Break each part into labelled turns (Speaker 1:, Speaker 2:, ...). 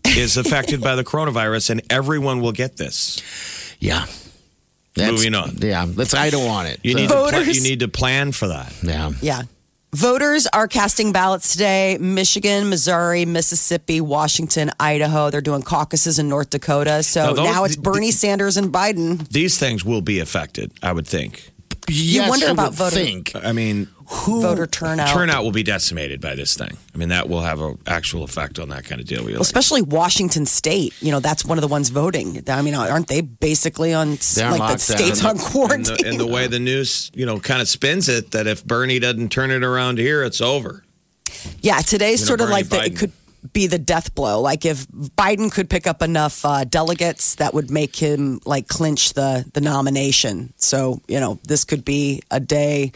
Speaker 1: is affected by the coronavirus, and everyone will get this.
Speaker 2: Yeah.
Speaker 1: Moving on.
Speaker 2: Yeah, that's I don't want it.
Speaker 1: You need,
Speaker 2: So,
Speaker 1: to pla-
Speaker 3: Voters.
Speaker 1: you need to plan for that.
Speaker 2: yeah.
Speaker 3: Yeah. Voters are casting ballots today. Michigan, Missouri, Mississippi, Washington, Idaho. They're doing caucuses in North Dakota. So
Speaker 1: Now, those-
Speaker 3: now it's
Speaker 1: the-
Speaker 3: Bernie Sanders and Biden.
Speaker 1: These things will be affected, I would think.
Speaker 2: You
Speaker 3: wonder about voting.
Speaker 2: Think
Speaker 1: I mean,
Speaker 2: who
Speaker 3: Voter turnout.
Speaker 1: turnout will be decimated by this thing. I mean, that will have an actual effect on that kind of deal. Well,
Speaker 3: Especially Washington State. You know, that's one of the ones voting. I mean, aren't they basically on
Speaker 2: They're
Speaker 3: like the
Speaker 2: locked down.
Speaker 3: states on
Speaker 1: and
Speaker 3: quarantine?
Speaker 1: the, and the way the news, you know, kind of spins it that if Bernie doesn't turn it around here, it's over.
Speaker 3: Yeah, today's
Speaker 1: You know,
Speaker 3: sort of
Speaker 1: Bernie
Speaker 3: like the, it
Speaker 1: Biden.
Speaker 3: could be the death blow. Like if Biden could pick up enough uh, delegates, that would make him like clinch the the nomination. So you know, this could be a day.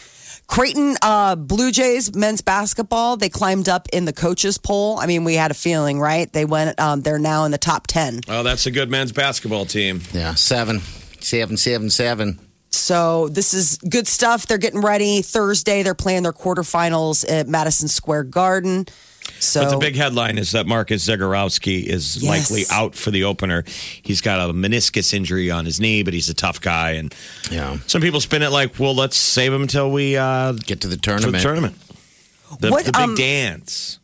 Speaker 3: Creighton uh, Blue Jays men's basketball they climbed up in the coaches poll. I mean, we had a feeling, right? They went. Um, they're now in the top ten.
Speaker 1: Oh, that's a good men's basketball team.
Speaker 2: Yeah, seven, seven, seven, seven.
Speaker 3: So this is good stuff. They're getting ready. Thursday, they're playing their quarterfinals at Madison Square Garden. So
Speaker 1: But the big headline is that Marcus Zagorowski is
Speaker 3: Oh. Yes.
Speaker 1: likely out for the opener. He's got a meniscus injury on his knee, but he's a tough guy. And
Speaker 2: Yeah,
Speaker 1: some people spin it like, well, let's save him until we uh,
Speaker 2: get to the
Speaker 1: for
Speaker 2: tournament.
Speaker 1: the tournament. The,
Speaker 3: What,
Speaker 1: the big
Speaker 3: um,
Speaker 1: dance.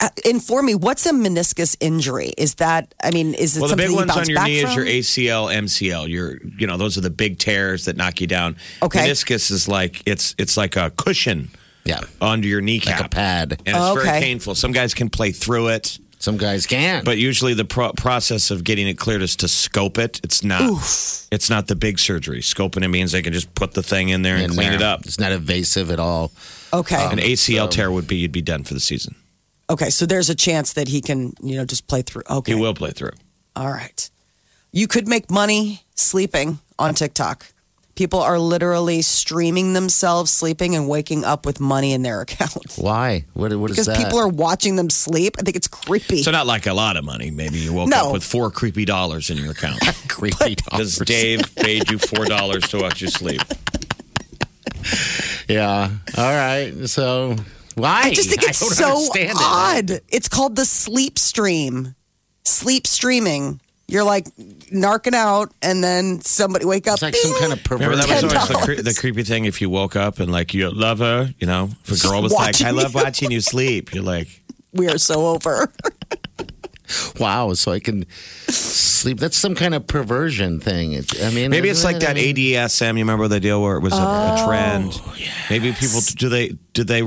Speaker 3: uh, inform me what's a meniscus injury is that i mean is it
Speaker 1: Well, the
Speaker 3: something
Speaker 1: big
Speaker 3: you
Speaker 1: ones
Speaker 3: bounce
Speaker 1: on your
Speaker 3: back
Speaker 1: knee
Speaker 3: from?
Speaker 1: is your ACL, MCL. Your, you know, those are the big tears that knock you down.
Speaker 3: Okay.
Speaker 1: meniscus is like it's it's like a cushion
Speaker 2: Yeah,
Speaker 1: under your
Speaker 2: like
Speaker 1: kneecap,
Speaker 2: a pad.
Speaker 1: and it's
Speaker 3: Oh,
Speaker 1: very
Speaker 3: okay.
Speaker 1: painful. Some guys can play through it,
Speaker 2: Some guys can,
Speaker 1: but usually the pro- process of getting it cleared is to scope it. It's not. It's not the big surgery. Scoping it means they can just put the thing in there and
Speaker 2: in there.
Speaker 1: clean it up.
Speaker 2: It's not invasive at all.
Speaker 3: okay
Speaker 1: An ACL tear would be you'd be done for the season.
Speaker 3: okay so there's a chance that he can you know just play through okay
Speaker 1: He will play through.
Speaker 3: all right you could make money sleeping on tiktok people are literally streaming themselves sleeping and waking up with money in their account
Speaker 2: Why? What? What is
Speaker 3: because
Speaker 2: that?
Speaker 3: people are watching them sleep i think it's creepy
Speaker 1: So not like a lot of money. Maybe you woke
Speaker 3: No.
Speaker 1: up with four creepy dollars in your account.
Speaker 2: creepy.
Speaker 1: Because Dave paid you four dollars to watch you sleep.
Speaker 2: Yeah. All right. So why?
Speaker 3: I just think it's
Speaker 2: don't
Speaker 3: so
Speaker 2: understand it.
Speaker 3: odd. It's called the sleep stream. Sleep streaming. You're like narking out, and then somebody wake up.
Speaker 2: It's like some kind of
Speaker 1: Remember
Speaker 2: perverted.
Speaker 1: that was always the,
Speaker 3: $10.
Speaker 1: cre- the creepy thing. If you woke up and like you love her, you know, if a girl was like,
Speaker 3: Watching
Speaker 1: "I love
Speaker 3: you.
Speaker 1: watching you sleep," you're like,
Speaker 3: we are so over.
Speaker 2: wow. So I can sleep. That's some kind of perversion thing. It, I mean,
Speaker 1: maybe it's like that
Speaker 2: I mean,
Speaker 1: ADSM. You remember the deal where it was a,
Speaker 2: Oh,
Speaker 1: a trend? Maybe people do they do they?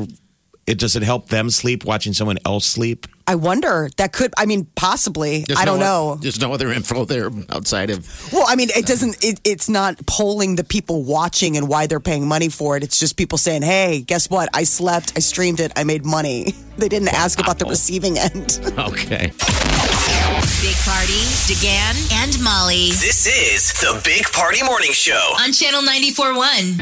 Speaker 1: It does it help them sleep watching someone else sleep?
Speaker 3: I wonder. That could. I mean, possibly. I don't
Speaker 2: no-
Speaker 3: know.
Speaker 2: There's no other info there outside of
Speaker 3: Well, I mean, it doesn't. It, it's not polling the people watching and why they're paying money for it. It's just people saying, "Hey, guess what? I slept. I streamed it. I made money." They didn't ask about the receiving end.
Speaker 2: okay.
Speaker 4: Big Party, DeGan, and Molly
Speaker 5: This is the Big Party Morning Show.
Speaker 4: on Channel 94.1.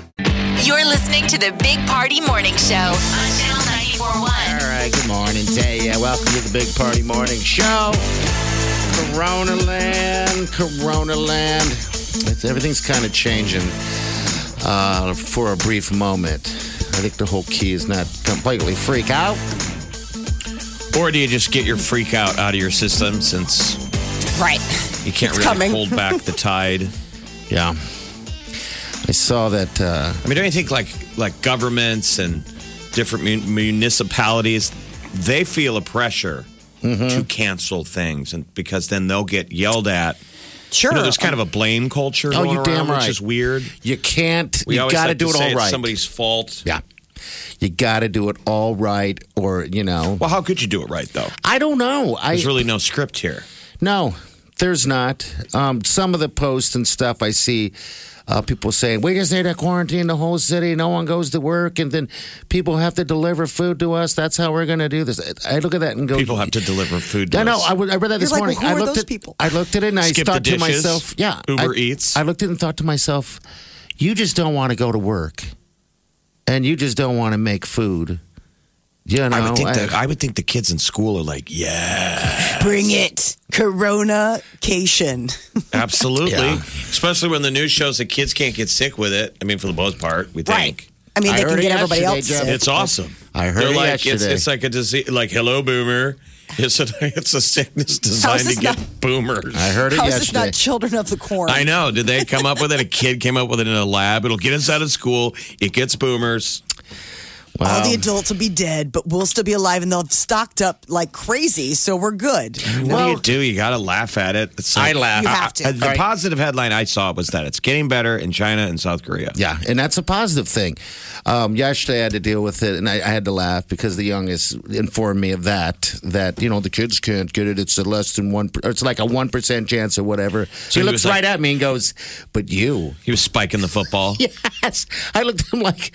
Speaker 4: You're listening to the Big Party Morning Show on Channel 94.1.
Speaker 2: All right. Good morning, day. Yeah, welcome to the Big Party Morning Show. Corona Land, Corona Land. It's, everything's kind of changing uh, for a brief moment. I think the whole key is not completely freak out.
Speaker 1: Or do you just get your freak out out of your system since
Speaker 3: Right.
Speaker 1: you can't
Speaker 3: It's
Speaker 1: really
Speaker 3: coming.
Speaker 1: hold back the tide?
Speaker 2: Yeah. I saw that. Uh,
Speaker 1: I mean, don't you think like like governments and different mun- municipalities, they feel a pressure
Speaker 2: Mm-hmm.
Speaker 1: to cancel things, and because then they'll get yelled at.
Speaker 3: Sure.
Speaker 1: You know, there's kind of a blame culture.
Speaker 2: Oh,
Speaker 1: going
Speaker 2: you're damn
Speaker 1: around,
Speaker 2: right.
Speaker 1: Which is weird.
Speaker 2: you can't.
Speaker 1: We
Speaker 2: you
Speaker 1: always
Speaker 2: got
Speaker 1: like
Speaker 2: do
Speaker 1: to
Speaker 2: it
Speaker 1: say
Speaker 2: all
Speaker 1: it's
Speaker 2: right.
Speaker 1: somebody's fault.
Speaker 2: yeah. You got to do it all right, or you know,
Speaker 1: Well, how could you do it right though?
Speaker 2: I don't know. I
Speaker 1: There's really no script here.
Speaker 2: No, there's not. Um, some of the posts and stuff I see uh, people saying, we just need to quarantine the whole city. No one goes to work. And then people have to deliver food to us. That's how we're going to do this. I I look at that and go,
Speaker 1: People have to deliver food. To
Speaker 2: I know.
Speaker 1: us.
Speaker 2: I, would, I read that this
Speaker 3: You're like,
Speaker 2: morning.
Speaker 3: who
Speaker 2: I
Speaker 3: are
Speaker 2: looked
Speaker 3: those
Speaker 2: at,
Speaker 3: people?
Speaker 2: I looked at it and I
Speaker 1: Skip the
Speaker 2: thought to
Speaker 1: dishes,
Speaker 2: myself, yeah.
Speaker 1: Uber
Speaker 2: I,
Speaker 1: Eats.
Speaker 2: I looked at it and thought to myself, you just don't want to go to work and you just don't want to make food. You know,
Speaker 1: I would think
Speaker 2: I-
Speaker 1: that I would think the kids in school are like, yeah,
Speaker 3: Bring it. Coronacation.
Speaker 1: absolutely. Especially when the news shows that kids can't get sick with it. I mean, for the most part, we think
Speaker 3: I mean,
Speaker 2: I
Speaker 3: they can
Speaker 2: heard it
Speaker 3: get everybody
Speaker 2: yesterday,
Speaker 3: else
Speaker 2: Jeff.
Speaker 3: sick.
Speaker 1: it's awesome.
Speaker 2: I heard
Speaker 1: They're
Speaker 2: it
Speaker 1: like it's,
Speaker 2: yesterday.
Speaker 1: it's like a disease. Like hello, boomer. It's a it's a sickness designed to
Speaker 3: this
Speaker 1: get
Speaker 3: not-
Speaker 1: boomers.
Speaker 2: I heard it
Speaker 3: How is this
Speaker 2: yesterday.
Speaker 3: not children of the corn?
Speaker 1: I know. Did they come up with it? A kid came up with it in a lab. It'll get us out of school. It gets boomers.
Speaker 3: All
Speaker 2: Wow.
Speaker 3: the adults will be dead, but we'll still be alive, and they'll have stocked up like crazy, so we're good.
Speaker 1: What do you do? You got to laugh at it. It's
Speaker 2: I laugh.
Speaker 3: You have to.
Speaker 1: I- the
Speaker 2: All right.
Speaker 1: positive headline I saw was that it's getting better in China and South Korea.
Speaker 2: Yeah, and that's a positive thing. Um, yesterday, I had to deal with it, and I, I had to laugh because the youngest informed me of that. That you know the kids can't get it. It's a less than one. per- It's like a one percent chance or whatever. he
Speaker 1: he
Speaker 2: looks
Speaker 1: was like-
Speaker 2: right at me and goes, "But you?"
Speaker 1: He was spiking the football.
Speaker 2: Yes, I looked at him like,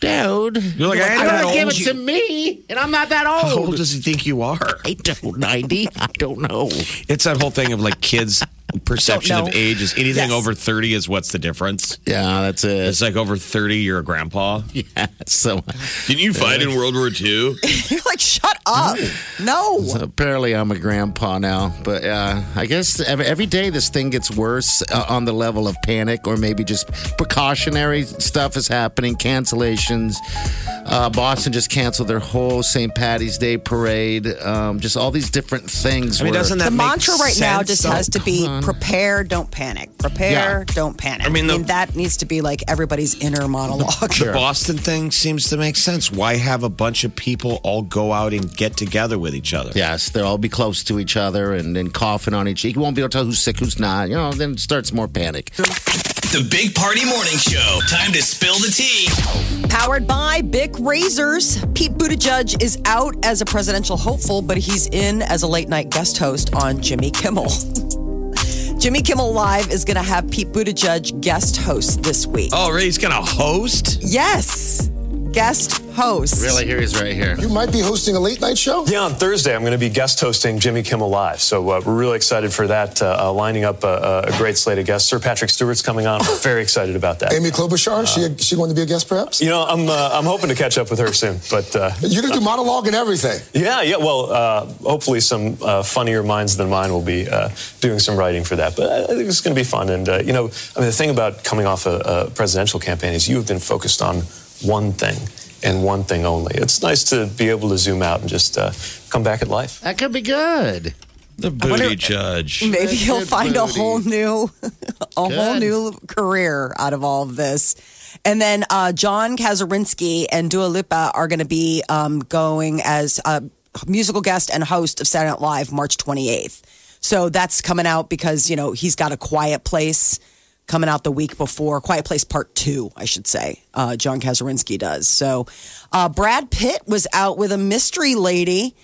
Speaker 2: "Dude,
Speaker 1: You're like, I ain't
Speaker 2: you're
Speaker 1: that
Speaker 2: gonna give
Speaker 1: old.
Speaker 2: it to me, and I'm not that old."
Speaker 1: How old does he think you are?
Speaker 2: I don't ninety. I don't know.
Speaker 1: It's that whole thing of like kids' perception of
Speaker 3: know.
Speaker 1: age is anything
Speaker 3: Yes.
Speaker 1: over 30 is what's the difference?
Speaker 2: Yeah, that's it.
Speaker 1: It's like over 30, you're a grandpa.
Speaker 2: Yeah, so
Speaker 1: Didn't you fight in World War II?
Speaker 3: You're like, shut up. No.
Speaker 2: Apparently, I'm a grandpa now, but uh, I guess every, every day this thing gets worse uh, on the level of panic, or maybe just precautionary stuff is happening. Cancellations. Uh, Boston just canceled their whole St. Patty's Day parade. Um, just all these different things.
Speaker 1: I mean,
Speaker 2: were-
Speaker 1: doesn't that
Speaker 3: The
Speaker 1: make
Speaker 3: mantra right now
Speaker 1: sense?
Speaker 3: just has to be prepare, don't panic. Prepare, don't panic. I
Speaker 1: mean,
Speaker 3: mean,
Speaker 1: the-
Speaker 3: that needs to be like everybody's inner monologue.
Speaker 1: The Boston thing seems to make sense. Why have a bunch of people all go out and get together with each other?
Speaker 2: Yes, they'll all be close to each other and then coughing on each. You won't be able to tell who's sick, who's not. You know, then it starts more panic.
Speaker 5: The Big Party Morning Show. Time to spill the tea.
Speaker 3: Powered by Bic Razors, Pete Buttigieg is out as a presidential hopeful, but he's in as a late night guest host on Jimmy Kimmel. Jimmy Kimmel Live is going to have Pete Buttigieg guest host this week.
Speaker 1: Oh, really? He's going to host?
Speaker 3: Yes, guest host.
Speaker 2: Really, here he's right here.
Speaker 6: You might be hosting a late night show?
Speaker 7: Yeah, on Thursday, I'm going to be guest hosting Jimmy Kimmel Live. So uh, we're really excited for that, uh, uh, lining up a, a great slate of guests. Sir Patrick Stewart's coming on. We're very excited about that.
Speaker 6: Amy Klobuchar,
Speaker 7: Uh-huh.
Speaker 6: she, she going to be a guest perhaps?
Speaker 7: You know, I'm, uh, I'm hoping to catch up with her soon. But uh,
Speaker 6: You're going to do monologue and everything.
Speaker 7: yeah, yeah, well, uh, hopefully some uh, funnier minds than mine will be uh, doing some writing for that. But I I think it's going to be fun. And, uh, you know, I mean, the thing about coming off a, a presidential campaign is you have been focused on one thing and one thing only. It's nice to be able to zoom out and just uh, come back at life.
Speaker 2: That could be good.
Speaker 1: The booty judge.
Speaker 3: Maybe he'll find a whole new, a whole
Speaker 2: Good.
Speaker 3: new career out of all of this. And then uh, John Kazurinsky and Dua Lipa are going to be um, going as a musical guest and host of Saturday Night Live March 28th. So that's coming out because you know he's got a Quiet Place coming out the week before Quiet Place Part Two, I should say. Uh, John Kazurinsky does. So uh, Brad Pitt was out with a mystery lady.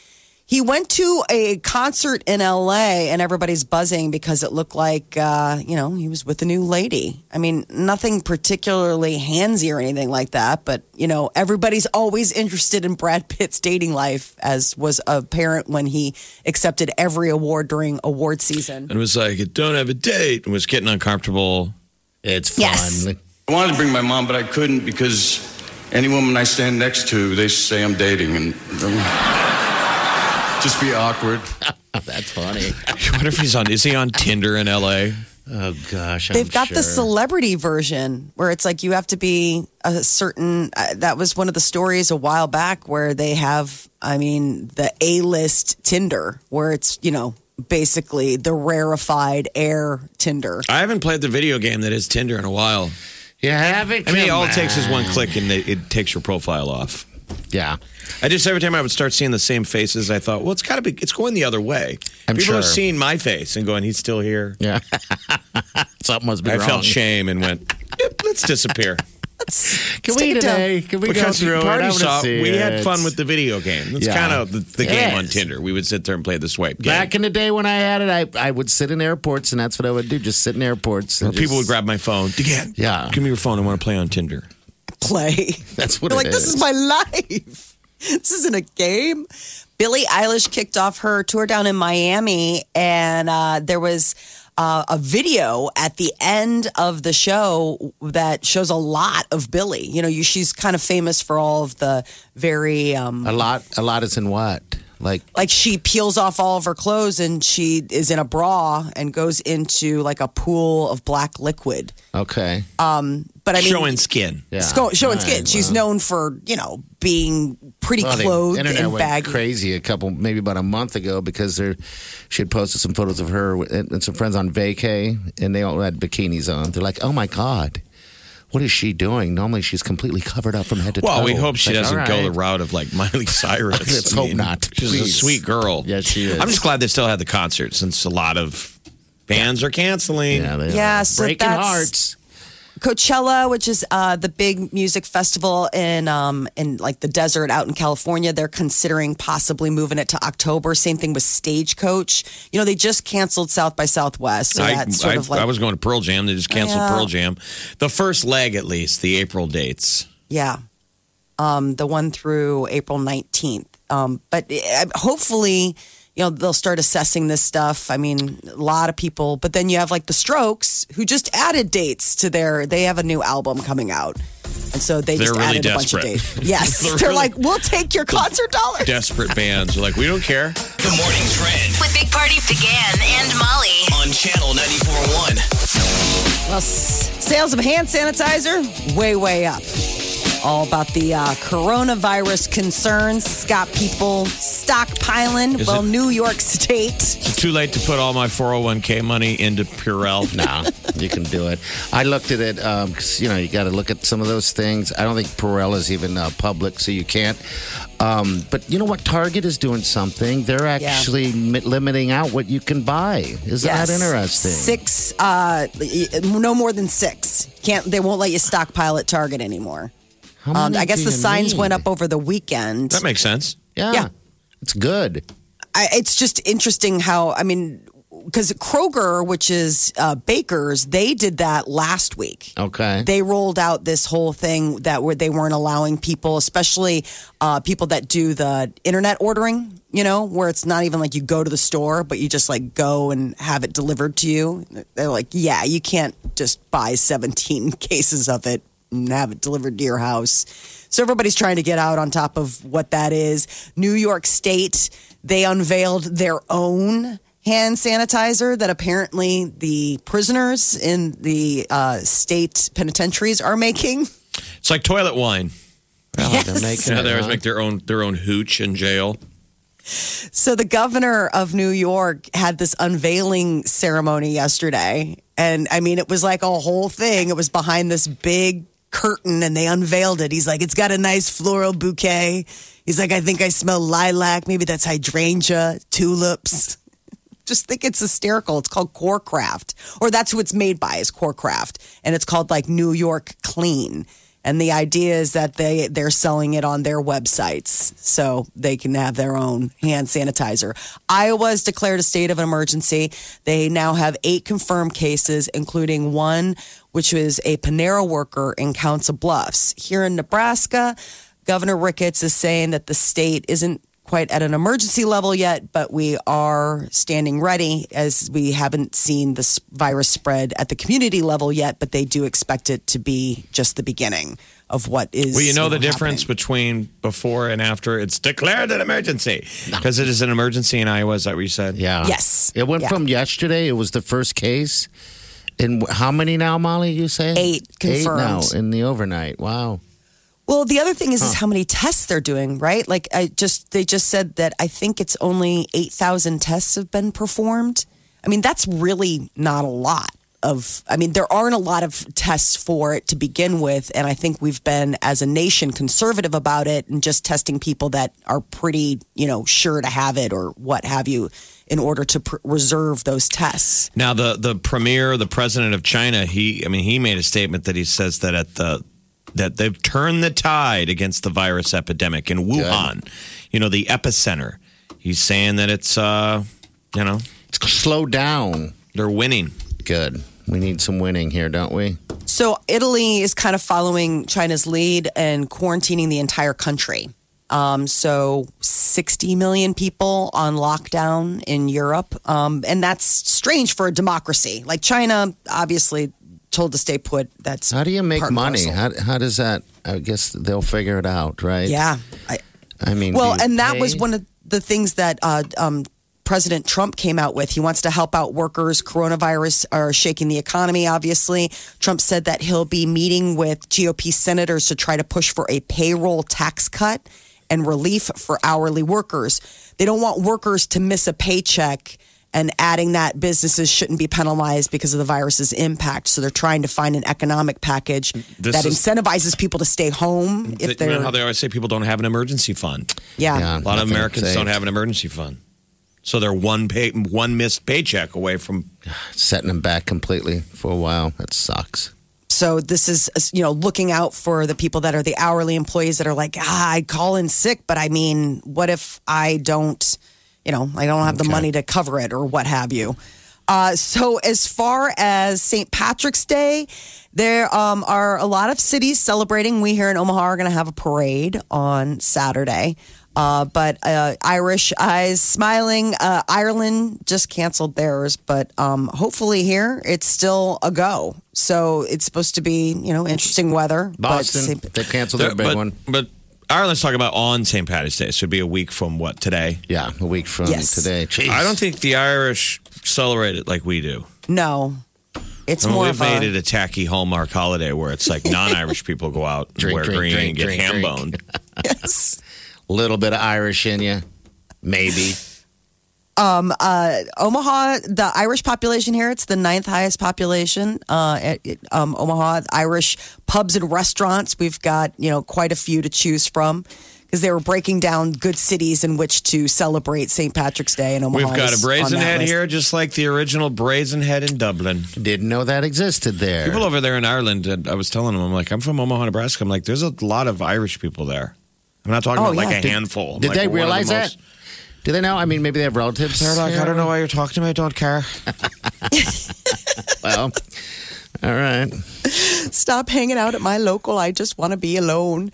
Speaker 3: He went to a concert in LA and everybody's buzzing because it looked like, uh, you know, he was with a new lady. I mean, nothing particularly handsy or anything like that, but, you know, everybody's always interested in Brad Pitt's dating life, as was apparent when he accepted every award during award season.
Speaker 1: And was like, don't have a date. And was getting uncomfortable.
Speaker 2: It's fun.
Speaker 3: Yes.
Speaker 8: I wanted to bring my mom, but I couldn't because any woman I stand next to, they say I'm dating, and um, just be awkward.
Speaker 2: That's funny.
Speaker 1: What if he's on? Is he on Tinder in L.A.?
Speaker 2: Oh gosh, I'm
Speaker 3: They've got the
Speaker 2: sure.
Speaker 3: celebrity version where it's like you have to be a certain. Uh, that was one of the stories a while back where they have, I mean, the A list Tinder where it's, you know, basically the rarefied air Tinder.
Speaker 1: I haven't played the video game that is Tinder in a while.
Speaker 2: You have it.
Speaker 1: I mean, all it
Speaker 2: Come
Speaker 1: takes is one
Speaker 2: on.
Speaker 1: click and they, it takes your profile off.
Speaker 2: Yeah,
Speaker 1: I just every time I would start seeing the same faces, I thought, well, it's got to be, it's going the other way.
Speaker 2: I'm
Speaker 1: People
Speaker 2: sure.
Speaker 1: are seeing my face and going, he's still here.
Speaker 2: yeah. Something must be
Speaker 1: I
Speaker 2: wrong.
Speaker 1: felt shame and went, "Yep, let's disappear.
Speaker 9: Let's
Speaker 2: Can
Speaker 9: let's
Speaker 2: we
Speaker 9: take it down.
Speaker 2: today? Can we
Speaker 1: because
Speaker 2: go through it?
Speaker 1: party
Speaker 2: I wanna
Speaker 1: saw,
Speaker 2: see
Speaker 1: we had
Speaker 2: it.
Speaker 1: fun with the video game. It's
Speaker 2: Yeah.
Speaker 1: kind of the, the
Speaker 2: It
Speaker 1: game on
Speaker 2: is.
Speaker 1: Tinder. We would sit there and play the swipe game.
Speaker 2: Back in the day when I had it, I, I would sit in airports, and that's what I would do. Just sit in airports.
Speaker 1: Or
Speaker 2: And
Speaker 1: people would
Speaker 2: just-
Speaker 1: grab my phone. Again,
Speaker 2: Yeah.
Speaker 1: give me your phone. I want to play on Tinder.
Speaker 3: play.
Speaker 2: That's what
Speaker 3: You're
Speaker 2: it
Speaker 3: like, this is my life. This isn't a game. Billie Eilish kicked off her tour down in Miami, and uh, there was uh, a video at the end of the show that shows a lot of Billie. You know, you, she's kind of famous for all of the very um,
Speaker 2: a lot. A lot is in what? Like
Speaker 3: like she peels off all of her clothes and she is in a bra and goes into like a pool of black liquid.
Speaker 2: okay,
Speaker 3: But I mean,
Speaker 1: Showing skin.
Speaker 2: yeah.
Speaker 3: Sco- showing
Speaker 2: All
Speaker 3: skin.
Speaker 2: right,
Speaker 3: She's
Speaker 2: well.
Speaker 3: known for you know being pretty
Speaker 2: Well, the
Speaker 3: clothed
Speaker 2: internet
Speaker 3: and
Speaker 2: went
Speaker 3: baggy.
Speaker 2: crazy a couple, maybe about a month ago, because there she had posted some photos of her with- and, and some friends on vacay, and they all had bikinis on. They're like, "Oh my god, what is she doing?" Normally, she's completely covered up from head to toe.
Speaker 1: Well, we hope she
Speaker 2: Like,
Speaker 1: doesn't
Speaker 2: all
Speaker 1: go the
Speaker 2: right.
Speaker 1: route of like Miley Cyrus.
Speaker 2: Let's hope not,
Speaker 1: She's a
Speaker 2: please.
Speaker 1: sweet girl.
Speaker 2: Yes, she is.
Speaker 1: I'm just glad they still had the concert since a lot of bands are canceling.
Speaker 2: Yeah, they
Speaker 3: Yeah,
Speaker 2: are.
Speaker 3: so
Speaker 2: breaking
Speaker 3: that's-
Speaker 2: hearts.
Speaker 3: Coachella, which is uh, the big music festival in um, in like the desert out in California, they're considering possibly moving it to October. Same thing with Stagecoach. You know, they just canceled South by Southwest, so
Speaker 1: I,
Speaker 3: that's sort
Speaker 1: I-
Speaker 3: of like
Speaker 1: I was going to Pearl Jam. They just canceled
Speaker 3: Yeah.
Speaker 1: Pearl Jam. The first leg, at least, the April dates.
Speaker 3: yeah, um, the one through April nineteenth. Um, but uh, hopefully, you know, they'll start assessing this stuff. I mean, a lot of people. But then you have like the Strokes, who just added dates to their. They have a new album coming out. And so they
Speaker 1: They're
Speaker 3: just
Speaker 1: really
Speaker 3: added a bunch
Speaker 1: desperate.
Speaker 3: of dates. Yes,
Speaker 1: They're
Speaker 3: they're,
Speaker 1: really-
Speaker 3: like, we'll take your concert dollars.
Speaker 1: Desperate bands are like, we don't care.
Speaker 5: The morning trend
Speaker 4: With Big Party began and Molly.
Speaker 5: on Channel 941.
Speaker 3: Well, s- sales of hand sanitizer way way up. All about the uh, coronavirus concerns. It's got people stockpiling.
Speaker 1: Is
Speaker 3: well,
Speaker 1: it-
Speaker 3: New York State.
Speaker 1: Is it too late to put all my 401k money into Purell?
Speaker 2: Nah, you can do it. I looked at it because you know you got to look at some of those things. I don't think Perel is even uh, public, so you can't. Um, but you know what? Target is doing something. They're actually mi- limiting out what you can buy. Is not that
Speaker 3: Yes.
Speaker 2: interesting?
Speaker 3: Six, uh, no more than six. Can't they won't let you stockpile at Target anymore.
Speaker 2: How
Speaker 3: Um,
Speaker 2: many
Speaker 3: I guess
Speaker 2: do
Speaker 3: the
Speaker 2: you
Speaker 3: signs went
Speaker 2: need?
Speaker 3: up over the weekend.
Speaker 1: That makes sense.
Speaker 2: Yeah,
Speaker 3: yeah.
Speaker 2: it's good.
Speaker 3: I, it's just interesting how I mean, because Kroger, which is uh, Baker's, they did that last week.
Speaker 2: Okay.
Speaker 3: They rolled out this whole thing that where they weren't allowing people, especially uh, people that do the internet ordering. You know, where it's not even like you go to the store, but you just like go and have it delivered to you. They're like, yeah, you can't just buy 17 cases of it and have it delivered to your house. So everybody's trying to get out on top of what that is. New York State, they unveiled their own hand sanitizer that apparently the prisoners in the uh, state penitentiaries are making.
Speaker 1: It's like toilet wine.
Speaker 2: They're making
Speaker 1: Yeah,
Speaker 2: it,
Speaker 1: they always
Speaker 2: huh?
Speaker 1: make their own their own hooch in jail.
Speaker 3: So the governor of New York had this unveiling ceremony yesterday. And I mean, it was like a whole thing. It was behind this big curtain and they unveiled it. He's like, it's got a nice floral bouquet. He's like, I think I smell lilac. Maybe that's hydrangea, tulips. Just think it's hysterical. It's called Core Craft, or that's who it's made by is Core Craft, and it's called like New York Clean. And the idea is that they they're selling it on their websites, so they can have their own hand sanitizer. Iowa's declared a state of an emergency. They now have eight confirmed cases, including one which was a Panera worker in Council Bluffs. Here in Nebraska, Governor Ricketts is saying that the state isn't quite at an emergency level yet, but we are standing ready as we haven't seen this virus spread at the community level yet, but they do expect it to be just the beginning of what is.
Speaker 1: Well, you know the difference
Speaker 3: happening.
Speaker 1: between before and after. It's declared an emergency because it is an emergency in Iowa. Is that what you said?
Speaker 2: Yeah.
Speaker 3: Yes.
Speaker 2: It went
Speaker 3: Yeah.
Speaker 2: from yesterday. It was the first case. And how many now, Molly? You say
Speaker 3: Eight confirmed.
Speaker 2: Eight now in the overnight. Wow.
Speaker 3: Well, the other thing is, is how many tests they're doing, right? Like I just, they just said that I think it's only 8,000 tests have been performed. I mean, that's really not a lot of, I mean, there aren't a lot of tests for it to begin with. And I think we've been as a nation conservative about it and just testing people that are pretty, you know, sure to have it or what have you in order to pr- reserve those tests.
Speaker 1: Now the the premier, the president of China, he I mean he made a statement that he says that at the that they've turned the tide against the virus epidemic in Wuhan, you know, the epicenter. He's saying that it's, uh, you know,
Speaker 2: it's slow down.
Speaker 1: They're winning.
Speaker 2: Good. We need some winning here, don't we?
Speaker 3: So Italy is kind of following China's lead and quarantining the entire country. Um, so 60 million people on lockdown in Europe. Um, and that's strange for a democracy. Like China, obviously told to stay put. That's
Speaker 2: How do you make
Speaker 3: part and
Speaker 2: money?
Speaker 3: parcel.
Speaker 2: How, how does that? I guess they'll figure it out, right?
Speaker 3: Yeah. I,
Speaker 2: I mean,
Speaker 3: well,
Speaker 2: do you
Speaker 3: and that
Speaker 2: pay?
Speaker 3: was one of the things that uh, um, President Trump came out with. He wants to help out workers. Coronavirus are shaking the economy, obviously. Trump said that he'll be meeting with GOP senators to try to push for a payroll tax cut and relief for hourly workers. They don't want workers to miss a paycheck. And adding that businesses shouldn't be penalized because of the virus's impact. So they're trying to find an economic package
Speaker 1: This
Speaker 3: that
Speaker 1: is-
Speaker 3: incentivizes people to stay home if
Speaker 1: you
Speaker 3: they're.
Speaker 1: know how they always say people don't have an emergency fund.
Speaker 3: yeah.
Speaker 2: Yeah.
Speaker 1: A lot of
Speaker 2: Nothing
Speaker 1: Americans
Speaker 2: saved.
Speaker 1: don't have an emergency fund. So they're one pay, one missed paycheck away from
Speaker 2: setting them back completely for a while. That sucks.
Speaker 3: So this is uh, you know looking out for the people that are the hourly employees that are like ah, I call in sick, but I mean, what if I don't, you know, I don't have the money to cover it or what have you. Uh, so as far as St. Patrick's Day, there um, are a lot of cities celebrating. We here in Omaha are going to have a parade on Saturday. Uh, but uh, Irish eyes smiling. Uh, Ireland just canceled theirs, but um, hopefully here it's still a go. So it's supposed to be you know interesting weather. but
Speaker 2: Boston,
Speaker 3: St-
Speaker 2: they canceled their big
Speaker 1: but,
Speaker 2: one.
Speaker 1: But Ireland's talking about on St. Patrick's Day. So it'd be a week from what today?
Speaker 2: Yeah, a week from
Speaker 3: Yes.
Speaker 2: today. Jeez.
Speaker 1: I don't think the Irish celebrate it like we do.
Speaker 3: no, it's
Speaker 1: I mean,
Speaker 3: more
Speaker 1: Oh, we've
Speaker 3: of a,
Speaker 1: made it a tacky hallmark holiday where it's like non-Irish people go out and
Speaker 2: Drink,
Speaker 1: wear
Speaker 2: drink,
Speaker 1: green
Speaker 2: drink,
Speaker 1: and get
Speaker 2: drink,
Speaker 1: ham
Speaker 2: drink.
Speaker 1: boned.
Speaker 3: yes.
Speaker 2: little bit of Irish in you, maybe.
Speaker 3: Uh, Omaha, the Irish population here, it's the ninth highest population. Uh, at, at, um, Omaha, Irish pubs and restaurants, we've got you know quite a few to choose from because they were breaking down good cities in which to celebrate St. Patrick's Day in Omaha.
Speaker 1: We've got a
Speaker 3: is on
Speaker 1: brazen
Speaker 3: that
Speaker 1: head
Speaker 3: list.
Speaker 1: here, just like the original brazen head in Dublin.
Speaker 2: Didn't know that existed there.
Speaker 1: People over there in Ireland, and I was telling them, I'm like, I'm from Omaha, Nebraska. I'm like, there's a lot of Irish people there. I'm not talking
Speaker 3: Oh,
Speaker 1: about
Speaker 3: yeah.
Speaker 1: like a
Speaker 3: Did-
Speaker 1: handful. I'm
Speaker 2: Did
Speaker 1: like,
Speaker 2: they
Speaker 1: we're one
Speaker 2: realize
Speaker 1: of the
Speaker 2: that?
Speaker 1: most-
Speaker 2: Do they know? I mean, maybe they have relatives.
Speaker 1: They're like, I don't know why you're talking to me. I don't care.
Speaker 2: Well, all right.
Speaker 3: stop hanging out at my local. I just want to be alone.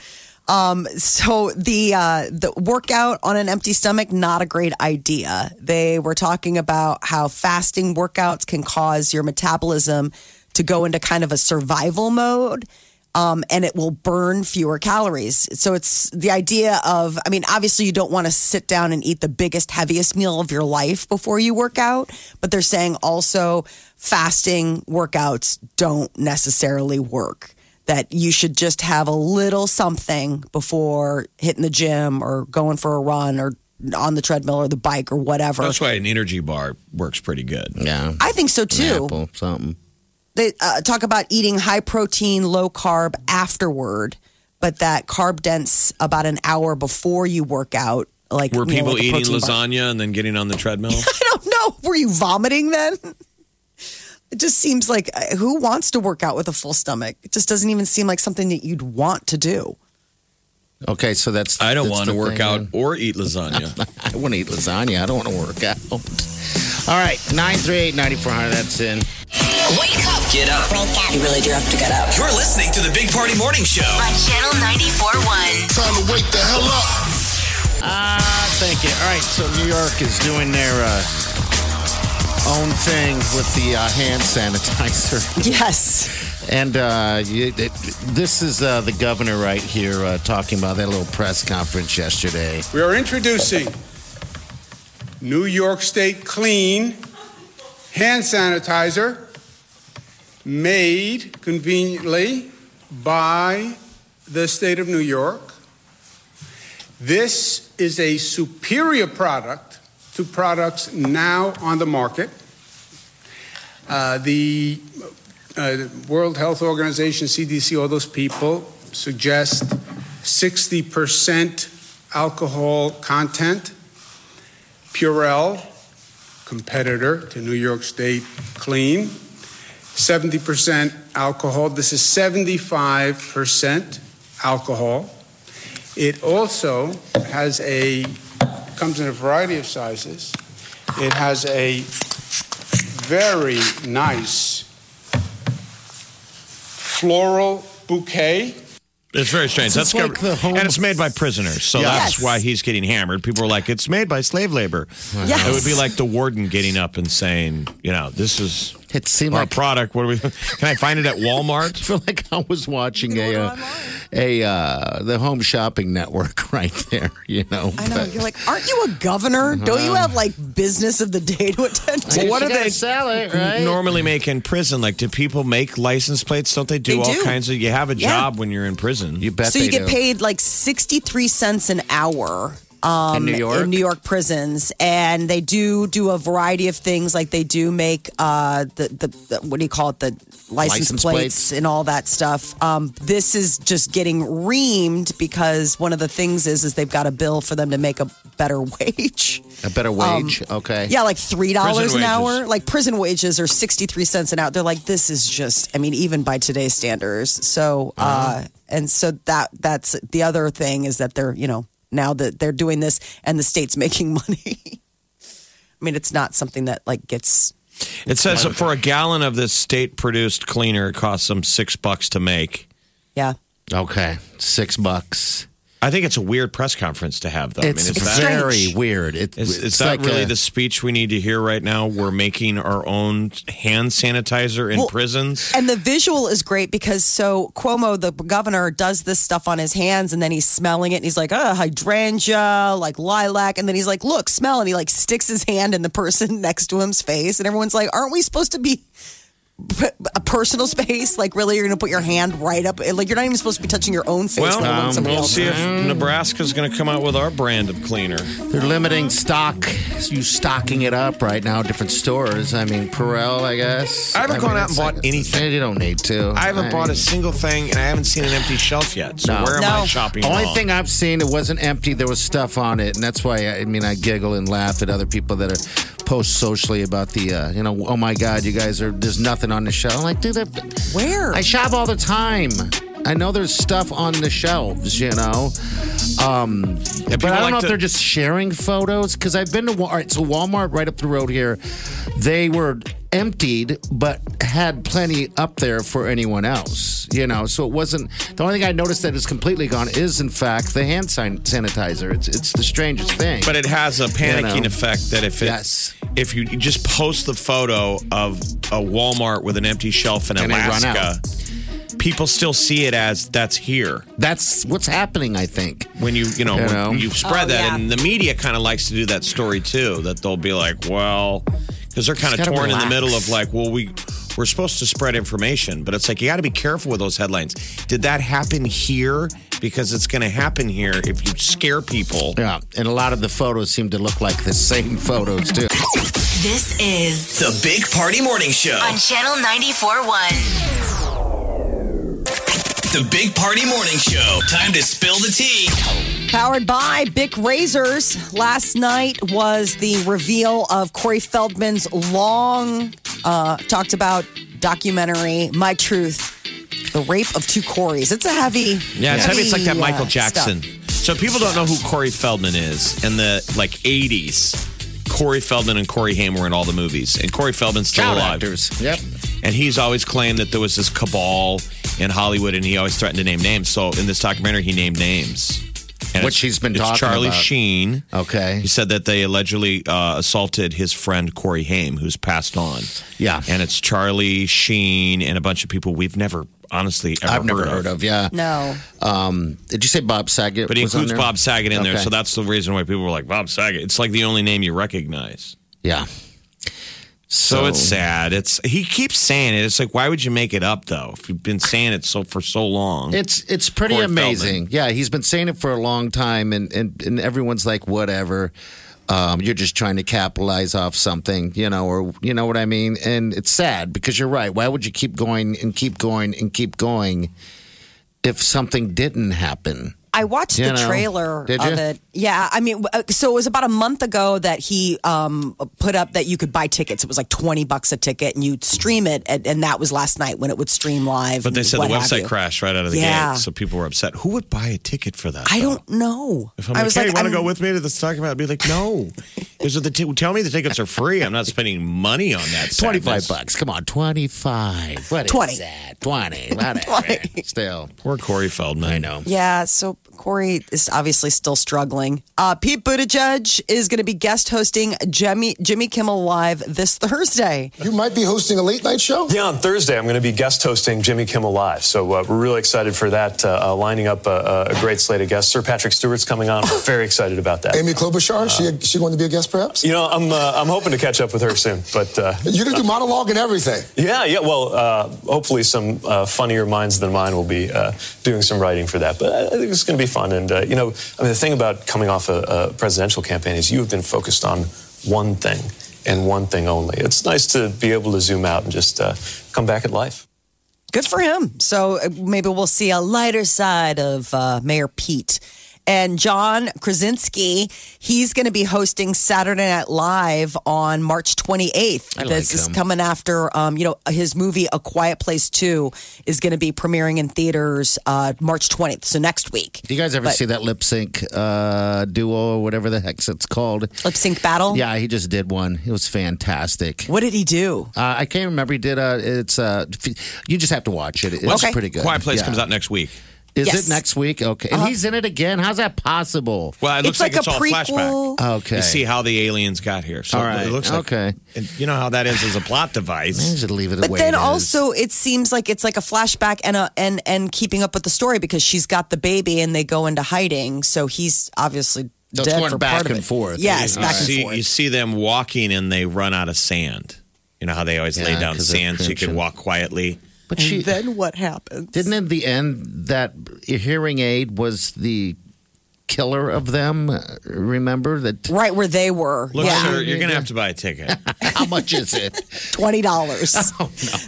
Speaker 3: Um, so the uh, the workout on an empty stomach not a great idea. They were talking about how fasting workouts can cause your metabolism to go into kind of a survival mode. Um, and it will burn fewer calories. So it's the idea of, I mean, obviously you don't want to sit down and eat the biggest, heaviest meal of your life before you work out, but they're saying also fasting workouts don't necessarily work. That you should just have a little something before hitting the gym or going for a run or on the treadmill or the bike or whatever.
Speaker 1: That's why an energy bar works pretty good.
Speaker 2: Yeah.
Speaker 3: I think so too
Speaker 2: Apple, something.
Speaker 3: they uh, talk about eating high protein, low carb afterward, but that carb dense about an hour before you work out. Like you
Speaker 1: Were
Speaker 3: know,
Speaker 1: people
Speaker 3: like a
Speaker 1: eating
Speaker 3: protein bar.
Speaker 1: lasagna and then getting on the treadmill?
Speaker 3: I don't know. Were you vomiting then? It just seems like uh, who wants to work out with a full stomach? It just doesn't even seem like something that you'd want to do.
Speaker 2: Okay, so that's.
Speaker 1: I don't
Speaker 2: that's
Speaker 1: want to
Speaker 2: the
Speaker 1: work
Speaker 2: thing,
Speaker 1: out
Speaker 2: man.
Speaker 1: or eat lasagna.
Speaker 2: I want to eat lasagna. I don't want to work out. All right, 938 9400. That's in.
Speaker 4: Wake up
Speaker 5: Get up.
Speaker 4: You really do have to get up.
Speaker 5: You're listening to the Big Party Morning Show.
Speaker 4: on Channel 94.1.
Speaker 6: Time to wake the hell up.
Speaker 2: Ah, thank you. All right, so New York is doing their uh, own thing with the uh, hand sanitizer.
Speaker 3: Yes.
Speaker 2: And uh, you, it, this is uh, the governor right here uh, talking about that little press conference yesterday.
Speaker 10: We are introducing New York State Clean hand sanitizer made conveniently by the state of New York. This is a superior product to products now on the market. Uh, the uh, World Health Organization, CDC, all those people suggest 60% alcohol content. Purell, competitor to New York State Clean, 70% alcohol. This is 75% alcohol. It also has a comes in a variety of sizes. It has a very nice floral bouquet.
Speaker 1: It's very strange.
Speaker 10: This is
Speaker 1: That's
Speaker 10: like
Speaker 1: gov-
Speaker 10: the home-
Speaker 1: and it's made by prisoners, so
Speaker 10: Yes.
Speaker 1: that's why he's getting hammered. People are like, "It's made by slave labor."
Speaker 2: Yes.
Speaker 1: It would be like the warden getting up and saying, "You know, this is
Speaker 2: it seemed
Speaker 1: our
Speaker 2: like-
Speaker 1: product. What are we? Can I find it at Walmart?" I
Speaker 2: feel like I was watching a uh, a uh, the home shopping network right there. You know,
Speaker 3: I know.
Speaker 2: but-
Speaker 3: You're like, aren't you a governor? Don't you
Speaker 2: Uh-huh.
Speaker 3: have like business of the day to attend to?
Speaker 1: Well, what do they
Speaker 2: it,
Speaker 1: n- normally make in prison? Like, do people make license plates? Don't they do
Speaker 3: They
Speaker 1: all
Speaker 3: do.
Speaker 1: kinds of? You have a
Speaker 3: Yeah.
Speaker 1: job when you're in prison. You
Speaker 2: bet.
Speaker 3: so you get paid like 63 cents an hour um,
Speaker 1: In New York?
Speaker 3: in New York prisons, and they do do a variety of things. Like they do make uh, the, the the what do you call it the license,
Speaker 2: License
Speaker 3: plates,
Speaker 2: plates.
Speaker 3: and all that stuff. Um, this is just getting reamed because one of the things is is they've got a bill for them to make a better wage.
Speaker 2: a better wage. okay,
Speaker 3: um, Yeah, like three dollars an
Speaker 2: Prison
Speaker 3: hour. Like prison wages are sixty three cents an hour. They're like, this is just. I mean, even by today's standards. So, uh, and so that that's the other thing is that they're you know now that they're doing this and the state's making money. I mean, it's not something that like gets.
Speaker 1: It says that for a gallon of this state-produced cleaner, it costs them six bucks to make.
Speaker 3: Yeah.
Speaker 2: Okay, six bucks.
Speaker 1: I think it's a weird press conference to have, though.
Speaker 2: It's
Speaker 1: I mean, is that-
Speaker 2: very weird. It-
Speaker 1: Is, is
Speaker 2: it's
Speaker 1: that
Speaker 2: like uh,
Speaker 1: really
Speaker 2: a-
Speaker 1: the speech we need to hear right now? We're making our own hand sanitizer in
Speaker 3: Well,
Speaker 1: prisons.
Speaker 3: And the visual is great because so Cuomo, the governor, does this stuff on his hands and then he's smelling it and he's like, oh, hydrangea, like lilac. And then he's like, look, smell. And he like sticks his hand in the person next to him's face. And everyone's like, aren't we supposed to be p- a personal space? Like, really, you're going to put your hand right up? Like, you're not even supposed to be touching your own face.
Speaker 1: Well, um,
Speaker 3: let alone somebody
Speaker 1: we'll
Speaker 3: else's.
Speaker 1: see if
Speaker 2: Mm.
Speaker 1: Nebraska's going to come out with our brand of cleaner.
Speaker 2: They're limiting stock. You stocking it up right now. Different stores. I mean, Perel. I guess.
Speaker 1: I haven't
Speaker 2: I
Speaker 1: gone
Speaker 2: mean,
Speaker 1: out and
Speaker 2: it's
Speaker 1: bought
Speaker 2: like-
Speaker 1: anything.
Speaker 2: You don't need to.
Speaker 1: I haven't bought a
Speaker 2: mean-
Speaker 1: single thing, and I haven't seen an empty shelf yet. So where am I shopping?
Speaker 2: Only
Speaker 1: wrong?
Speaker 2: thing I've seen, it wasn't empty. There was stuff on it, and that's why I mean I giggle and laugh at other people that are post socially about the uh, you know oh my god you guys are there's nothing on the shelf. I'm like dude, there-
Speaker 3: where
Speaker 2: I shop all the time. I know there's stuff on the shelves, you know. Um, but
Speaker 1: people
Speaker 2: I don't
Speaker 1: like
Speaker 2: know
Speaker 1: to-
Speaker 2: if they're just sharing photos because I've been to Walmart. so Walmart right up the road here, they were emptied but had plenty up there for anyone else, you know. So it wasn't the only thing I noticed that is completely gone is in fact the hand san- sanitizer. It's it's the strangest thing.
Speaker 1: But it has a panicking
Speaker 2: You know.
Speaker 1: effect that if it, if you just post the photo of a Walmart with an empty shelf in
Speaker 2: And they run
Speaker 1: Alaska, people still see it as that's here.
Speaker 2: That's what's happening, I think.
Speaker 1: When you you know,
Speaker 2: You
Speaker 1: when
Speaker 2: know?
Speaker 1: you spread
Speaker 2: Oh,
Speaker 1: that,
Speaker 2: yeah.
Speaker 1: and the media kind of likes to do that story too. That they'll be like, well, because they're kind
Speaker 2: Just
Speaker 1: of
Speaker 2: gotta
Speaker 1: torn in the
Speaker 2: relax.
Speaker 1: middle of like, well, we we're supposed to spread information, but it's like you got to be careful with those headlines. Did that happen here? Because it's going to happen here if you scare people.
Speaker 2: Yeah, and a lot of the photos seem to look like the same photos too.
Speaker 4: This is
Speaker 5: The Big Party Morning Show.
Speaker 4: on Channel 94.1.
Speaker 5: The Big Party Morning Show. Time to spill the tea.
Speaker 3: Powered by Bic Razors. Last night was the reveal of Corey Feldman's long uh, talked about documentary, My Truth, The Rape of Two Corys. It's a heavy.
Speaker 1: Yeah, it's heavy. It's like that
Speaker 3: uh,
Speaker 1: Michael
Speaker 3: stuff.
Speaker 1: Jackson. So people don't know who Corey Feldman is in the like '80s. Corey Feldman and Corey Haim were in all the movies, and Corey Feldman's still
Speaker 2: Child
Speaker 1: alive.
Speaker 2: actors. Yep.
Speaker 1: And he's always claimed that there was this cabal in Hollywood, and he always threatened to name names. So in this documentary, he named names. And
Speaker 2: Which
Speaker 1: it's-
Speaker 2: he's been
Speaker 1: it's
Speaker 2: talking
Speaker 1: Charlie
Speaker 2: about.
Speaker 1: Sheen.
Speaker 2: Okay.
Speaker 1: He said that they allegedly uh, assaulted his friend Corey Haim, who's passed on.
Speaker 2: Yeah.
Speaker 1: And it's Charlie Sheen and a bunch of people we've never, honestly, ever
Speaker 2: I've never
Speaker 1: heard
Speaker 2: heard of. Yeah.
Speaker 3: No.
Speaker 2: Um, did you say Bob Saget?
Speaker 1: But he
Speaker 2: was on
Speaker 1: includes
Speaker 2: there?
Speaker 1: Bob Saget in there,
Speaker 2: Okay.
Speaker 1: so that's the reason why people were like Bob Saget. It's like the only name you recognize.
Speaker 2: Yeah.
Speaker 1: So, it's sad. It's he keeps saying it. It's like why would you make it up though? If you've been saying it so for so long,
Speaker 2: It's it's pretty
Speaker 1: Corey
Speaker 2: amazing.
Speaker 1: Feldman.
Speaker 2: Yeah, he's been saying it for a long time, and and, and everyone's like, whatever. Um, you're just trying to capitalize off something, you know, or you know what I mean. And it's sad because you're right. Why would you keep going and keep going and keep going if something didn't happen?
Speaker 3: I watched
Speaker 2: You
Speaker 3: the
Speaker 2: know.
Speaker 3: trailer
Speaker 2: Did
Speaker 3: of
Speaker 2: you?
Speaker 3: it. Yeah, I mean, uh, so it was about a month ago that he um, put up that you could buy tickets. It was like twenty bucks a ticket, and you'd stream it, and, and that was last night when it would stream live.
Speaker 1: But they
Speaker 3: and
Speaker 1: said the
Speaker 3: what have
Speaker 1: website
Speaker 3: you.
Speaker 1: crashed right out of the
Speaker 3: Yeah.
Speaker 1: gate, so people were upset. Who would buy a ticket for that?
Speaker 3: I
Speaker 1: though?
Speaker 3: don't know.
Speaker 1: If I'm
Speaker 3: I
Speaker 1: like,
Speaker 3: was
Speaker 1: hey,
Speaker 3: like,
Speaker 1: you want to
Speaker 3: I'm-
Speaker 1: go with me to this talking about? I'd be like, no. Is it the t- tell me the tickets are free. I'm not spending money on that. Twenty five
Speaker 2: bucks. Come on, twenty five. What is
Speaker 3: 20.
Speaker 2: that? Twenty. Whatever. Still.
Speaker 1: Poor Corey Feldman. I know.
Speaker 3: Yeah, so Corey is obviously still struggling. Uh, Pete Buttigieg is going to be guest hosting Jimmy Jimmy Kimmel Live this Thursday.
Speaker 6: You might be hosting a late night show.
Speaker 7: Yeah, on Thursday, I'm going to be guest hosting Jimmy Kimmel Live. So uh, we're really excited for that, uh, uh, lining up a, a great slate of guests. Sir Patrick Stewart's coming on. We're very excited about that. Uh-huh.
Speaker 6: Amy Klobuchar, she she going to be a guest perhaps?
Speaker 7: You know, I'm, uh, I'm hoping to catch up with her soon. But uh,
Speaker 6: You're going to do monologue and everything.
Speaker 7: Yeah, yeah. Well, uh, hopefully, some uh, funnier minds than mine will be uh, doing some writing for that. But I think it's going to be fun. And uh, you know, I mean, the thing about coming off a, a presidential campaign is you have been focused on one thing and one thing only. It's nice to be able to zoom out and just uh, come back at life.
Speaker 3: Good for him. So uh, maybe we'll see a lighter side of uh, Mayor Pete. And John Krasinski, he's going to be hosting Saturday Night Live on March 28th.
Speaker 2: I like
Speaker 3: this is
Speaker 2: him.
Speaker 3: coming after, um, you know, his movie A Quiet Place 2 is going to be premiering in theaters uh, March 20th, so next week.
Speaker 2: Do you guys ever
Speaker 3: But-
Speaker 2: see that lip sync uh, duo or whatever the heck's it's called?
Speaker 3: Lip sync battle?
Speaker 2: Yeah, he just did one. It was fantastic.
Speaker 3: What did he do?
Speaker 2: Uh, I can't remember. He did a. It's a. You just have to watch it. It's pretty good.
Speaker 1: Quiet Place
Speaker 2: Yeah.
Speaker 1: comes out next week.
Speaker 2: Is
Speaker 3: Yes. Uh-huh.
Speaker 2: it next week? Okay, and he's in it again. How's that possible?
Speaker 1: Well, Uh, it looks
Speaker 3: It's
Speaker 1: like,
Speaker 3: like
Speaker 1: it's
Speaker 3: a
Speaker 1: all
Speaker 3: prequel.
Speaker 1: flashback.
Speaker 2: Okay.
Speaker 1: To see how the aliens got here. So
Speaker 2: All right.
Speaker 1: it looks like
Speaker 2: okay.
Speaker 1: and you know how that ends as a plot
Speaker 2: I
Speaker 1: device.
Speaker 2: should leave it. the
Speaker 3: But
Speaker 2: way
Speaker 3: then
Speaker 2: it is.
Speaker 3: also, it seems like it's like a flashback and a and and keeping up with the story because she's got the baby and they go into hiding. So he's obviously
Speaker 2: So it's
Speaker 3: dead
Speaker 2: going
Speaker 3: for
Speaker 2: back
Speaker 3: part of
Speaker 2: and
Speaker 3: it.
Speaker 2: forth. Uh,
Speaker 3: Yes,
Speaker 2: All
Speaker 3: back
Speaker 2: right.
Speaker 3: and
Speaker 1: See,
Speaker 3: forth.
Speaker 1: you see them walking and they run out of sand. You know how they always lay
Speaker 2: Yeah,
Speaker 1: down
Speaker 2: 'cause of
Speaker 1: sand so you
Speaker 2: friction.
Speaker 1: can walk quietly.
Speaker 2: But she
Speaker 3: then what happens?
Speaker 2: didn't. In the end, that hearing aid was the killer of them. uh, Remember that?
Speaker 3: Right where they were.
Speaker 1: Look,
Speaker 3: yeah,
Speaker 1: sir, you're gonna have to buy a ticket.
Speaker 2: How much is it?
Speaker 3: twenty dollars.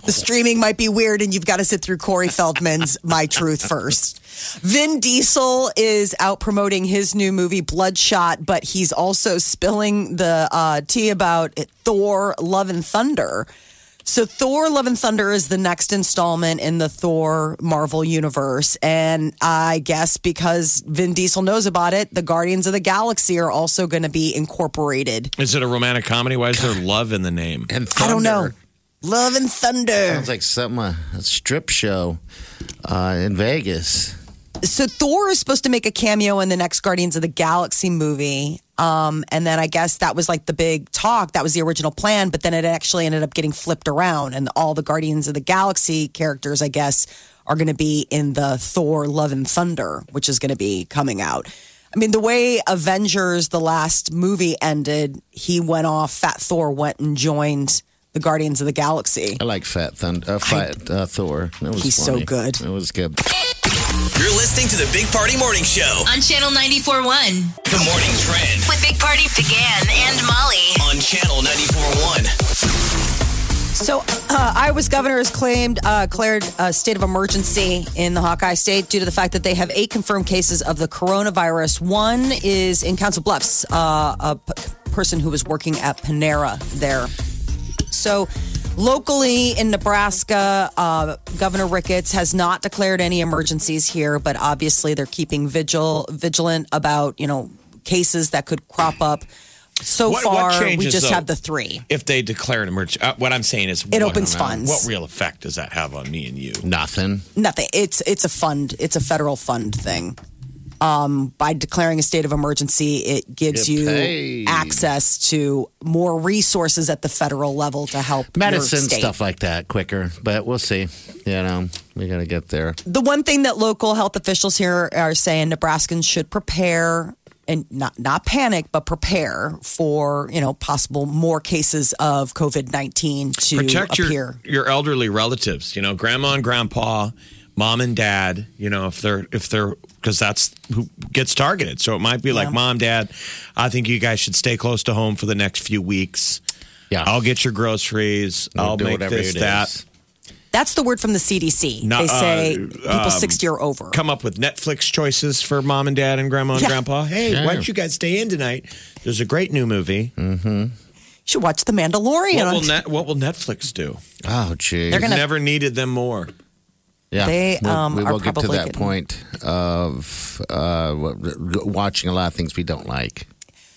Speaker 3: The streaming might be weird, and you've got to sit through Corey Feldman's My Truth first. Vin Diesel is out promoting his new movie Bloodshot, but he's also spilling the uh, tea about Thor: Love and Thunder. So, Thor: Love and Thunder is the next installment in the Thor Marvel universe, and I guess because Vin Diesel knows about it, the Guardians of the Galaxy are also going to be incorporated.
Speaker 1: Is it a romantic comedy? Why is there love in the name?
Speaker 2: And
Speaker 3: I don't know.
Speaker 2: thunder.
Speaker 3: Love and Thunder.
Speaker 2: Sounds like something a, a strip show uh, in Vegas.
Speaker 3: so Thor is supposed to make a cameo in the next Guardians of the Galaxy movie. Um, and then I guess that was like the big talk. That was the original plan, but then it actually ended up getting flipped around, and all the Guardians of the Galaxy characters, I guess, are going to be in the Thor: Love and Thunder, which is going to be coming out. I mean, the way Avengers, the last movie, ended, he went off. Fat Thor went and joined the Guardians of the Galaxy.
Speaker 2: I like Fat Thunder, uh, Fat uh, Thor. That was
Speaker 3: He's so
Speaker 2: funny.
Speaker 3: good.
Speaker 2: It was good.
Speaker 5: You're listening to the Big Party Morning Show.
Speaker 4: On Channel 94.1
Speaker 5: The morning trend
Speaker 4: with Big Party began and Molly.
Speaker 5: on channel 94.1.
Speaker 3: So, uh, Iowa's governor has claimed uh, declared a state of emergency in the Hawkeye state due to the fact that they have eight confirmed cases of the coronavirus. One is in Council Bluffs, uh, a p- person who was working at Panera there. So, locally in Nebraska, uh, Governor Ricketts has not declared any emergencies here, but obviously they're keeping vigil vigilant about you know cases that could crop up. So
Speaker 1: What-
Speaker 3: far,
Speaker 1: what
Speaker 3: we
Speaker 1: changes,
Speaker 3: just
Speaker 1: though?
Speaker 3: have the three.
Speaker 1: If they declare an emergency, uh, what I'm saying is,
Speaker 3: It
Speaker 1: what-
Speaker 3: opens funds.
Speaker 1: What real effect does that have on me and you?
Speaker 2: Nothing.
Speaker 3: nothing. It's it's a fund. It's a federal fund thing. Um, by declaring a state of emergency, it gives
Speaker 2: Get
Speaker 3: you
Speaker 2: paid.
Speaker 3: access to more resources at the federal level to help
Speaker 2: Medicine
Speaker 3: your state.
Speaker 2: stuff like that quicker, but we'll see. You know, we got to get there.
Speaker 3: The one thing that local health officials here are saying Nebraskans should prepare and not not panic, but prepare for you know possible more cases of COVID nineteen to
Speaker 1: protect your
Speaker 3: appear.
Speaker 1: your elderly relatives. You know, grandma and grandpa, mom and dad. You know, if they're if they're because that's who gets targeted. So it might be like mom, dad. I think you guys should stay close to home for the next few weeks.
Speaker 2: Yeah.
Speaker 1: I'll get your groceries.
Speaker 2: Ah. We'll
Speaker 1: I'll
Speaker 2: do
Speaker 1: make
Speaker 2: whatever
Speaker 1: this
Speaker 2: it
Speaker 1: that.
Speaker 2: is.
Speaker 3: That's the word from the CDC.
Speaker 1: No,
Speaker 3: they say
Speaker 1: uh,
Speaker 3: people
Speaker 1: um,
Speaker 3: 60 or over.
Speaker 1: Come up with Netflix choices for mom and dad and grandma and
Speaker 3: Yeah.
Speaker 1: grandpa. Hey,
Speaker 3: Yeah.
Speaker 1: why don't you guys stay in tonight? There's a great new movie.
Speaker 3: Hmm.
Speaker 1: Mm-hmm.
Speaker 3: You should watch The Mandalorian.
Speaker 1: What
Speaker 3: on
Speaker 1: will, Net, what will Netflix do?
Speaker 2: Oh, geez.
Speaker 3: They're gonna-
Speaker 1: Never needed them more.
Speaker 2: Yeah,
Speaker 3: They,
Speaker 2: We'll-
Speaker 3: um,
Speaker 2: we
Speaker 3: are
Speaker 2: will get to
Speaker 3: probably
Speaker 2: that
Speaker 3: getting-
Speaker 2: point of uh, w- watching a lot of things we don't like.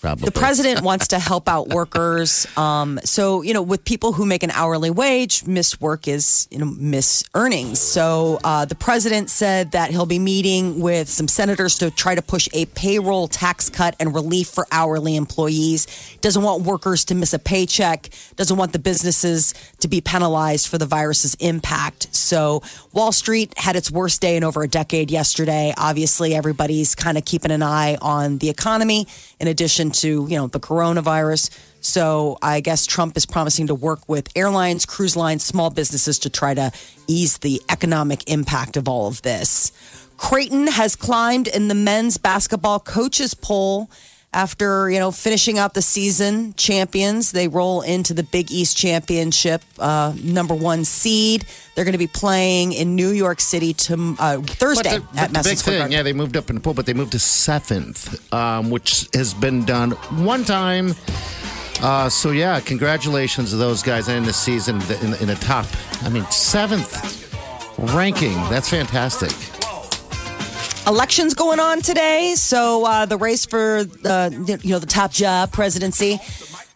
Speaker 2: Probably
Speaker 3: the president wants to help out workers. Um, so you know, with people who make an hourly wage, missed work is you know miss earnings. So uh, the president said that he'll be meeting with some senators to try to push a payroll tax cut and relief for hourly employees. Doesn't want workers to miss a paycheck. Doesn't want the businesses to be penalized for the virus's impact. So Wall Street had its worst day in over a decade yesterday. Obviously, everybody's kind of keeping an eye on the economy in addition to, you know, the coronavirus. So I guess Trump is promising to work with airlines, cruise lines, small businesses to try to ease the economic impact of all of this. Creighton has climbed in the men's basketball coaches poll after you know finishing out the season champions they roll into the big east championship uh, number one seed they're going to be playing in new york city to, uh, thursday
Speaker 2: But the,
Speaker 3: at
Speaker 2: but the
Speaker 3: Madison
Speaker 2: big
Speaker 3: Square
Speaker 2: thing,
Speaker 3: Garden.
Speaker 2: yeah, they moved up in the poll, but they moved to seventh, um, which has been done one time. Uh, so yeah, congratulations to those guys in the season in, in the top. I mean, seventh ranking. That's fantastic.
Speaker 3: elections going on today. So uh, the race for uh, you know the top job presidency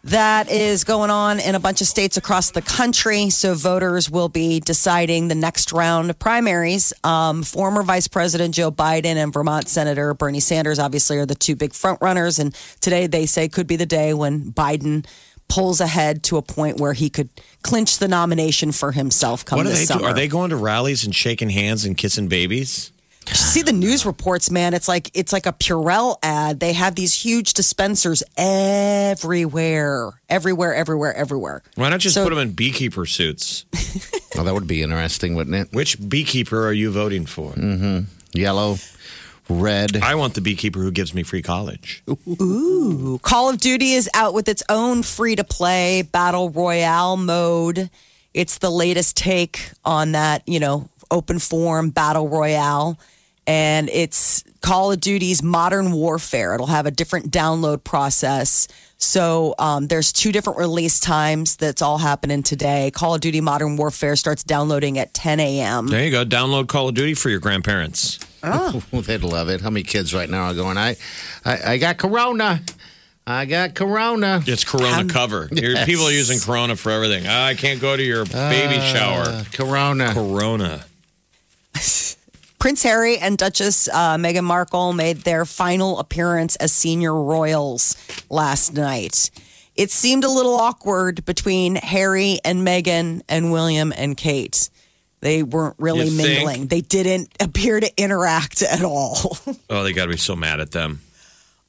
Speaker 3: that is going on in a bunch of states across the country. So voters will be deciding the next round of primaries. Um, former Vice President Joe Biden and Vermont Senator Bernie Sanders obviously are the two big front runners, and today they say could be the day when Biden. Pulls ahead to a point where he could clinch the nomination for himself come
Speaker 1: what are
Speaker 3: this
Speaker 1: they
Speaker 3: summer.
Speaker 1: do? Are they going to rallies and shaking hands and kissing babies?
Speaker 3: see the news reports, man. It's like it's like a Purell ad. They have these huge dispensers everywhere, everywhere, everywhere, everywhere.
Speaker 1: Why not just
Speaker 3: So-
Speaker 1: put them in beekeeper suits?
Speaker 2: Well, that would be interesting, wouldn't it?
Speaker 1: Which beekeeper are you voting for?
Speaker 3: Hmm.
Speaker 2: Mm-hmm. Yellow, red.
Speaker 1: I want the beekeeper who gives me free college.
Speaker 3: Ooh, Call of Duty is out with its own free to play battle royale mode. It's the latest take on that, you know, open form battle royale. And it's Call of Duty's Modern Warfare. It'll have a different download process. So um, there's two different release times that's all happening today. Call of Duty Modern Warfare starts downloading at 10 a.m.
Speaker 1: There you go. Download Call of Duty for your grandparents.
Speaker 3: Ah.
Speaker 2: Oh, they'd love it. How many kids right now are going? I, I, I got corona. I got corona.
Speaker 1: It's Corona
Speaker 2: Um,
Speaker 1: cover. Your-
Speaker 2: yes.
Speaker 1: People are using Corona for everything. Ah, I can't go to your baby
Speaker 2: Ah,
Speaker 1: shower.
Speaker 2: Corona.
Speaker 1: Corona.
Speaker 3: Prince Harry and Duchess uh, Meghan Markle made their final appearance as senior royals last night. It seemed a little awkward between Harry and Meghan and William and Kate. They weren't really
Speaker 1: You think?
Speaker 3: mingling. They didn't appear to interact at all.
Speaker 1: Oh, they got to be so mad at them.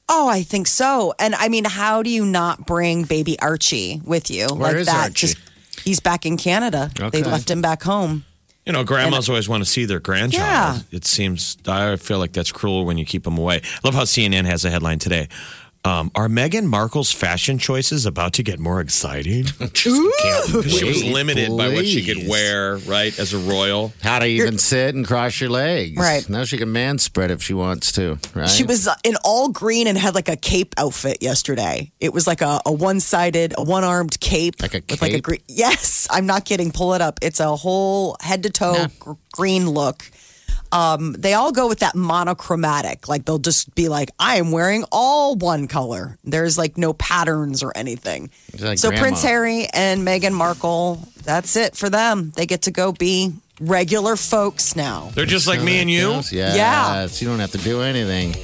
Speaker 3: oh, I think so. And I mean, how do you not bring baby Archie with you?
Speaker 1: Where
Speaker 3: like
Speaker 1: is
Speaker 3: that
Speaker 1: Archie?
Speaker 3: just he's back in Canada.
Speaker 1: Okay.
Speaker 3: They left him back home.
Speaker 1: You know, grandmas always want to see their grandchild.
Speaker 3: Yeah.
Speaker 1: It seems, I feel like that's cruel when you keep them away. I love how CNN has a headline today. Um, are Meghan Markle's fashion choices about to get more exciting? she was
Speaker 2: Wait,
Speaker 1: limited by what she could
Speaker 2: please.
Speaker 1: wear, right, as a royal.
Speaker 2: How to even sit and cross your legs.
Speaker 3: Right.
Speaker 2: Now she can man spread if she wants to, right?
Speaker 3: She was uh, in all green and had like a cape outfit yesterday. It was like a, a one sided, a one armed cape. Like a cape? With like a green. Yes, I'm not kidding. Pull it up. It's a whole head to toe gr- green look. Um, they all go with that monochromatic. Like they'll just be like, I am wearing all one color. There's like no patterns or anything.
Speaker 2: It's like
Speaker 3: so
Speaker 2: grandma.
Speaker 3: Prince Harry and Meghan Markle, that's it for them. They get to go be regular folks now.
Speaker 1: They're just like
Speaker 2: How
Speaker 1: me
Speaker 2: that
Speaker 1: and you?
Speaker 2: goes? Yes.
Speaker 3: Yeah.
Speaker 2: You don't have to do anything.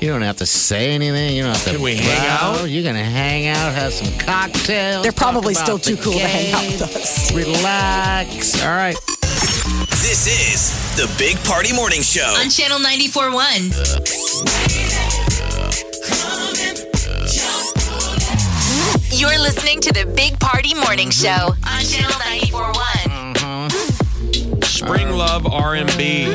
Speaker 2: You don't have to say anything. You don't have to.
Speaker 1: Can we hang
Speaker 2: bow.
Speaker 1: out?
Speaker 2: You're gonna hang out, have some cocktails.
Speaker 3: They're probably
Speaker 2: talk
Speaker 3: still
Speaker 2: about
Speaker 3: too
Speaker 2: the
Speaker 3: cool to hang out
Speaker 2: game,
Speaker 3: with us.
Speaker 2: Relax. All right.
Speaker 5: This is the Big Party Morning Show.
Speaker 4: On Channel 94.1. You're listening to the Big Party Morning Show on Channel 94.1.
Speaker 2: Uh-huh.
Speaker 1: Spring Love R&B.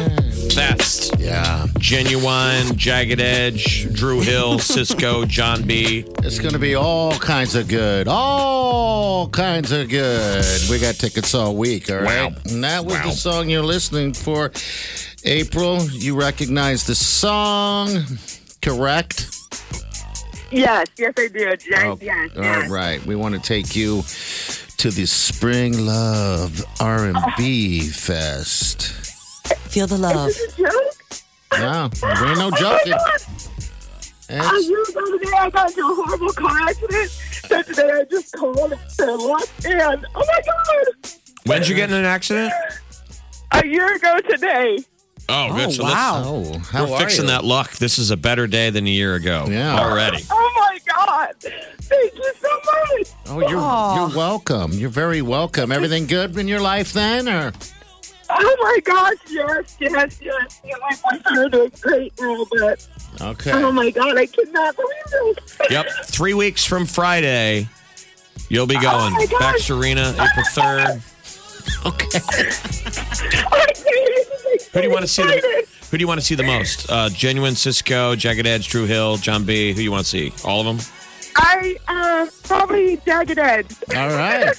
Speaker 1: Fest.
Speaker 2: Yeah.
Speaker 1: Genuine, Jagged Edge, Drew Hill, Cisco, John B.
Speaker 2: It's going to be all kinds of good. All kinds of good. We got tickets all week, all right?
Speaker 1: Wow.
Speaker 2: And that was
Speaker 1: Wow.
Speaker 2: the song you're listening for. April, you recognize the song, correct? Oh,
Speaker 11: Yes, yes, I do. Yes, yes,
Speaker 2: All
Speaker 11: yes.
Speaker 2: right, we want to take you to the Spring Love R&B Fest.
Speaker 3: Feel the love.
Speaker 11: Is this a joke?
Speaker 2: Yeah, there ain't no joking.
Speaker 11: Oh, I used the other day. I got into a horrible car accident. So today I just called and said, locked in. Oh my God.
Speaker 1: When'd you get in an accident?
Speaker 11: A year ago today.
Speaker 1: Oh,
Speaker 2: Oh,
Speaker 1: good. So
Speaker 2: wow.
Speaker 1: let's,
Speaker 2: Oh, how
Speaker 1: we're
Speaker 2: are
Speaker 1: fixing
Speaker 2: you?
Speaker 1: that luck. This is a better day than a year ago. Yeah. Already.
Speaker 11: Oh my God. Thank you so much.
Speaker 2: Oh, you're you're welcome. You're very welcome. Everything good in your life then or
Speaker 11: Oh my gosh. Yes, yes, yes. Me and my boyfriend are doing great now, but
Speaker 2: Okay.
Speaker 11: oh my God, I cannot believe this.
Speaker 1: Yep. Three weeks from Friday, you'll be going.
Speaker 11: Oh, my gosh.
Speaker 1: Bax Arena, April 3rd. Who do you want to see? The, who do you want to see the most? Uh, Genuine, Cisco, Jagged Edge, Drew Hill, John B. Who you want to see? All of them?
Speaker 11: I um probably jagged edge.
Speaker 2: All right.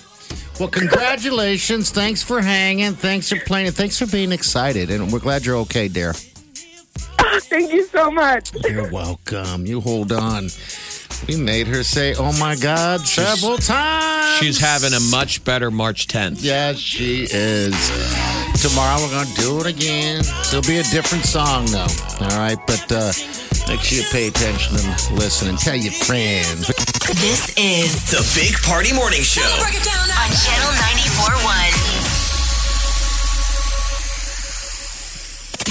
Speaker 2: Well, congratulations. Thanks for hanging. Thanks for playing. Thanks for being excited. And we're glad you're okay, dear.
Speaker 11: Thank you so much.
Speaker 2: You're welcome. You hold on. We made her say, oh my God, several
Speaker 11: Um,
Speaker 2: times.
Speaker 1: She's having a much better March 10th.
Speaker 2: Yes, she is. Tomorrow we're going to do it again. It'll be a different song, though. All right. But uh, make sure you pay attention and listen and tell your friends.
Speaker 4: This is
Speaker 5: The Big Party Morning Show.
Speaker 4: on Channel 94.1.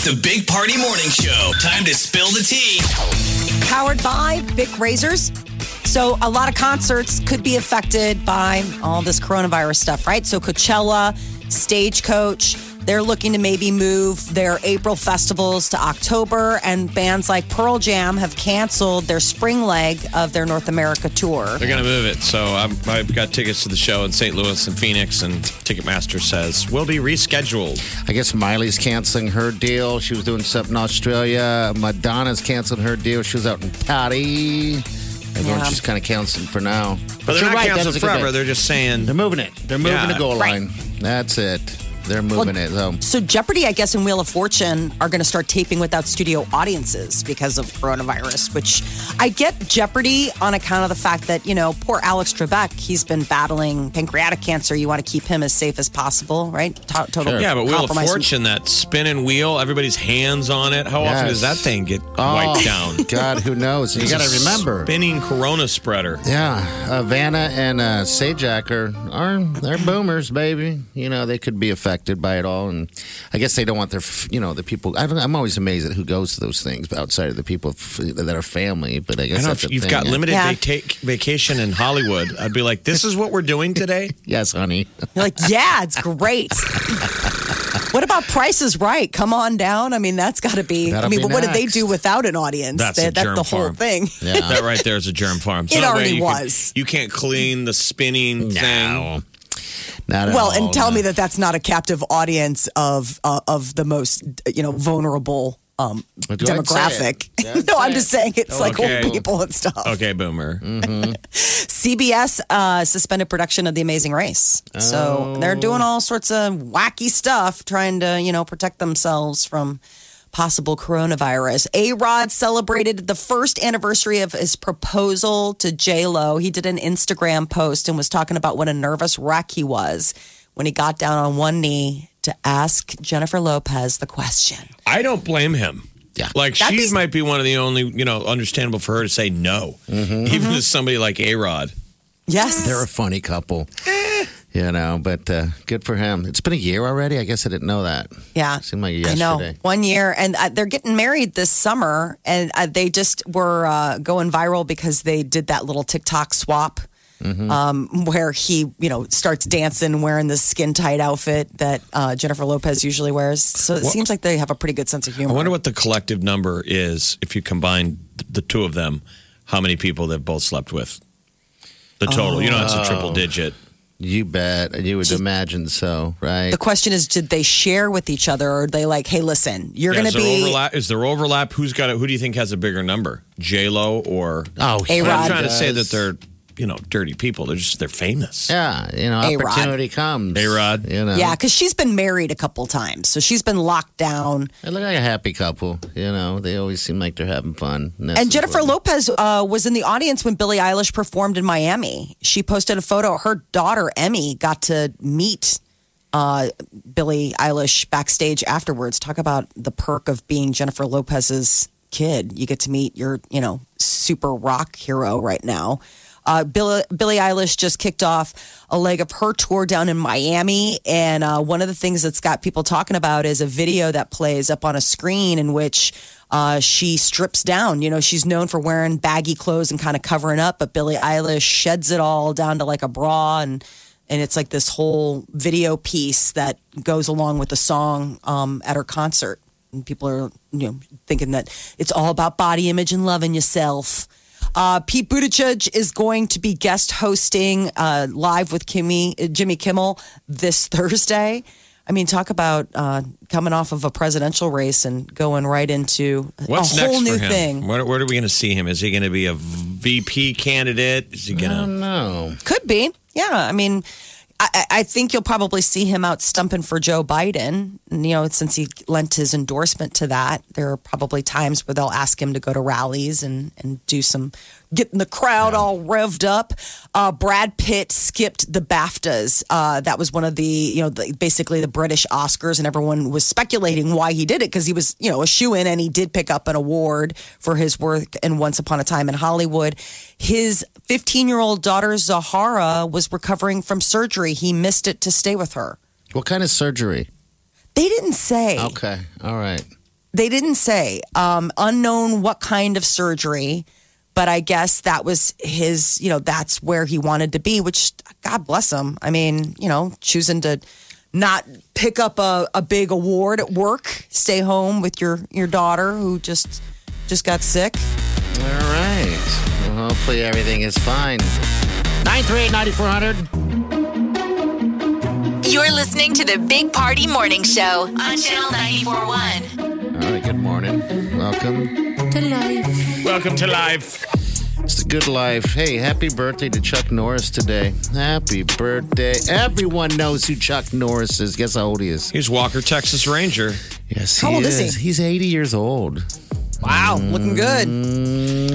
Speaker 5: The Big Party Morning Show. Time to spill the tea.
Speaker 3: Powered by Bic Razors. So a lot of concerts could be affected by all this coronavirus stuff, right? So Coachella, Stagecoach, they're looking to maybe move their April festivals to October, and bands like Pearl Jam have canceled their spring leg of their North America tour.
Speaker 1: They're going to move it. So I'm, I've got tickets to the show in St. Louis and Phoenix, and Ticketmaster says will be rescheduled.
Speaker 2: I guess Miley's canceling her deal. She was doing something in Australia. Madonna's canceled her deal. She was out in Paris. Everyone's
Speaker 1: Yeah.
Speaker 2: just kind of canceling for now.
Speaker 1: But they're
Speaker 2: you're
Speaker 1: not
Speaker 2: right,
Speaker 1: canceled
Speaker 2: that's a good
Speaker 1: forever.
Speaker 2: day.
Speaker 1: They're just saying
Speaker 2: they're moving it. They're moving
Speaker 1: Yeah.
Speaker 2: the goal line. That's it. They're moving it. So
Speaker 3: So Jeopardy, I guess, and Wheel of Fortune are going to start taping without studio audiences because of coronavirus. Which I get Jeopardy on account of the fact that you know poor Alex Trebek, he's been battling pancreatic cancer. You want to keep him as safe as possible, right? To- total
Speaker 1: Yeah, but Wheel of
Speaker 3: compromise.
Speaker 1: Fortune, that spinning wheel, everybody's hands on it. How often
Speaker 2: Yes.
Speaker 1: does that thing get
Speaker 2: Oh,
Speaker 1: wiped down?
Speaker 2: God, who knows? You
Speaker 1: It's
Speaker 2: got
Speaker 1: a
Speaker 2: to remember.
Speaker 1: Spinning corona spreader.
Speaker 2: Yeah, uh, Vanna and uh, Sajak are, are they're boomers, baby. You know they could be affected by it all, and I guess they don't want their f- you know the people. I don't, I'm always amazed at who goes to those things outside of the people f- that are family. But I
Speaker 1: I
Speaker 2: guess
Speaker 1: know
Speaker 2: that's
Speaker 1: if
Speaker 2: the
Speaker 1: you've
Speaker 2: thing.
Speaker 1: got limited
Speaker 3: Yeah.
Speaker 1: vaca- vacation in Hollywood, I'd be like, this is what we're doing today?
Speaker 2: yes, honey.
Speaker 3: You're like, yeah, it's great. what about Price is Right? Come on down. I mean, that's got to be. I
Speaker 1: That'll
Speaker 3: mean,
Speaker 1: be
Speaker 3: but what did they
Speaker 1: next.
Speaker 3: do without an audience?
Speaker 1: That's
Speaker 3: They-
Speaker 1: a germ
Speaker 3: the whole
Speaker 1: farm.
Speaker 3: thing.
Speaker 1: That right there is a germ farm.
Speaker 3: It
Speaker 1: no way
Speaker 3: already
Speaker 1: you can-
Speaker 3: was.
Speaker 1: you can't clean the spinning thing.
Speaker 2: Not
Speaker 3: well, and tell me that that's not a captive audience of uh, of the most you know vulnerable um,
Speaker 1: Well, go ahead and say
Speaker 3: demographic. no, I'm just saying it's like old people and stuff.
Speaker 1: Okay, boomer.
Speaker 2: Mm.
Speaker 3: CBS uh, suspended production of The Amazing Race, so they're doing all sorts of wacky stuff trying to you know protect themselves from. Possible coronavirus. A Rod celebrated the first anniversary of his proposal to J Lo. He did an Instagram post and was talking about what a nervous wreck he was when he got down on one knee to ask Jennifer Lopez the question.
Speaker 1: I don't blame him. Yeah. Like
Speaker 3: That'd
Speaker 1: she
Speaker 3: be-
Speaker 1: might be one of the only, you know, understandable for her to say no.
Speaker 2: Mm-hmm.
Speaker 1: Even
Speaker 3: Mm-hmm.
Speaker 1: to somebody like A-Rod.
Speaker 3: Yes.
Speaker 2: They're a funny couple.
Speaker 1: Eh.
Speaker 2: you know, but uh, good for him. It's been a year already. I guess I didn't know that.
Speaker 3: Yeah.
Speaker 2: Seemed like
Speaker 3: I know.
Speaker 2: yesterday.
Speaker 3: One year, and uh, they're getting married this summer, and uh, they just were uh, going viral because they did that little TikTok swap.
Speaker 1: Mm-hmm.
Speaker 3: Um, where he, you know, starts dancing wearing this skin tight outfit that uh, Jennifer Lopez usually wears. So it
Speaker 1: Well-
Speaker 3: seems like they have a pretty good sense of humor.
Speaker 1: I wonder what the collective number is if you combine th- the two of them, how many people they've both slept with. The total. You know, it's a
Speaker 2: Oh.
Speaker 1: triple digit.
Speaker 2: You bet. You would imagine so, right?
Speaker 3: The question is, did they share with each other, or are they like, hey, listen, you're
Speaker 1: Yeah,
Speaker 3: going
Speaker 1: is
Speaker 3: to
Speaker 1: there
Speaker 3: be
Speaker 1: Overlap, is there overlap? Who's got it? Who do you think has a bigger number, J Lo or
Speaker 2: Oh,
Speaker 3: A-Rod.
Speaker 1: I'm trying to
Speaker 3: does.
Speaker 1: say that they're you know dirty people. They're just they're famous.
Speaker 2: Yeah, you know,
Speaker 3: A-Rod.
Speaker 2: opportunity comes. A Rod, you know,
Speaker 3: Yeah, because she's been married a couple times, so she's been locked down.
Speaker 2: they look like a happy couple. You know, they always seem like they're having fun. And, that's
Speaker 3: and Jennifer
Speaker 2: important.
Speaker 3: Lopez uh, was in the audience when Billie Eilish performed in Miami. She posted a photo. Her daughter Emmy got to meet uh, Billie Eilish backstage afterwards. Talk about the perk of being Jennifer Lopez's kid. You get to meet your, you know, super rock hero right now. Uh, Billie, Billie Eilish just kicked off a leg of her tour down in Miami. And uh, one of the things that's got people talking about is a video that plays up on a screen in which uh, she strips down. You know, she's known for wearing baggy clothes and kind of covering up, but Billie Eilish sheds it all down to like a bra and. And it's like this whole video piece that goes along with the song um, at her concert. And people are, you know, thinking that it's all about body image and loving yourself. Uh, Pete Buttigieg is going to be guest hosting uh, live with Kimmy, uh, Jimmy Kimmel this Thursday. I mean, talk about uh, coming off of a presidential race and going right into
Speaker 1: What's
Speaker 3: a whole
Speaker 1: next
Speaker 3: new
Speaker 1: for him?
Speaker 3: thing.
Speaker 1: Where, where are we going to see him? Is he going to be a VP candidate? Is he going to? I don't
Speaker 2: know.
Speaker 3: Could be. Yeah. I mean, I- I, I think you'll probably see him out stumping for Joe Biden. And, you know, since he lent his endorsement to that, there are probably times where they'll ask him to go to rallies and, and do some getting the crowd all revved up. Uh, Brad Pitt skipped the BAFTAs. Uh, that was one of the, you know, the, basically the British Oscars, and everyone was speculating why he did it because he was, you know, a shoe in and he did pick up an award for his work in Once Upon a Time in Hollywood. His 15 year old daughter, Zahara, was recovering from surgery. He missed it to stay with her.
Speaker 2: What kind of surgery?
Speaker 3: They didn't say.
Speaker 2: Okay, all right.
Speaker 3: They didn't say. Um, unknown what kind of surgery, but I guess that was his, you know, that's where he wanted to be, which God bless him. I mean, you know, choosing to not pick up a, a big award at work, stay home with your, your daughter who just just got sick.
Speaker 2: All right. Well, hopefully everything is fine. 938-9400.
Speaker 4: You're listening to the Big Party Morning Show on Channel 941.
Speaker 2: All right. Good morning. Welcome.
Speaker 4: To life.
Speaker 2: Welcome to life. It's the good life. Hey, happy birthday to Chuck Norris today. Happy birthday. Everyone knows who Chuck Norris is. Guess how old he is?
Speaker 1: He's Walker, Texas Ranger.
Speaker 2: Yes,
Speaker 1: How
Speaker 2: he
Speaker 1: old is he?
Speaker 2: He's 80 years old. Oh,
Speaker 3: Wow, looking
Speaker 2: good.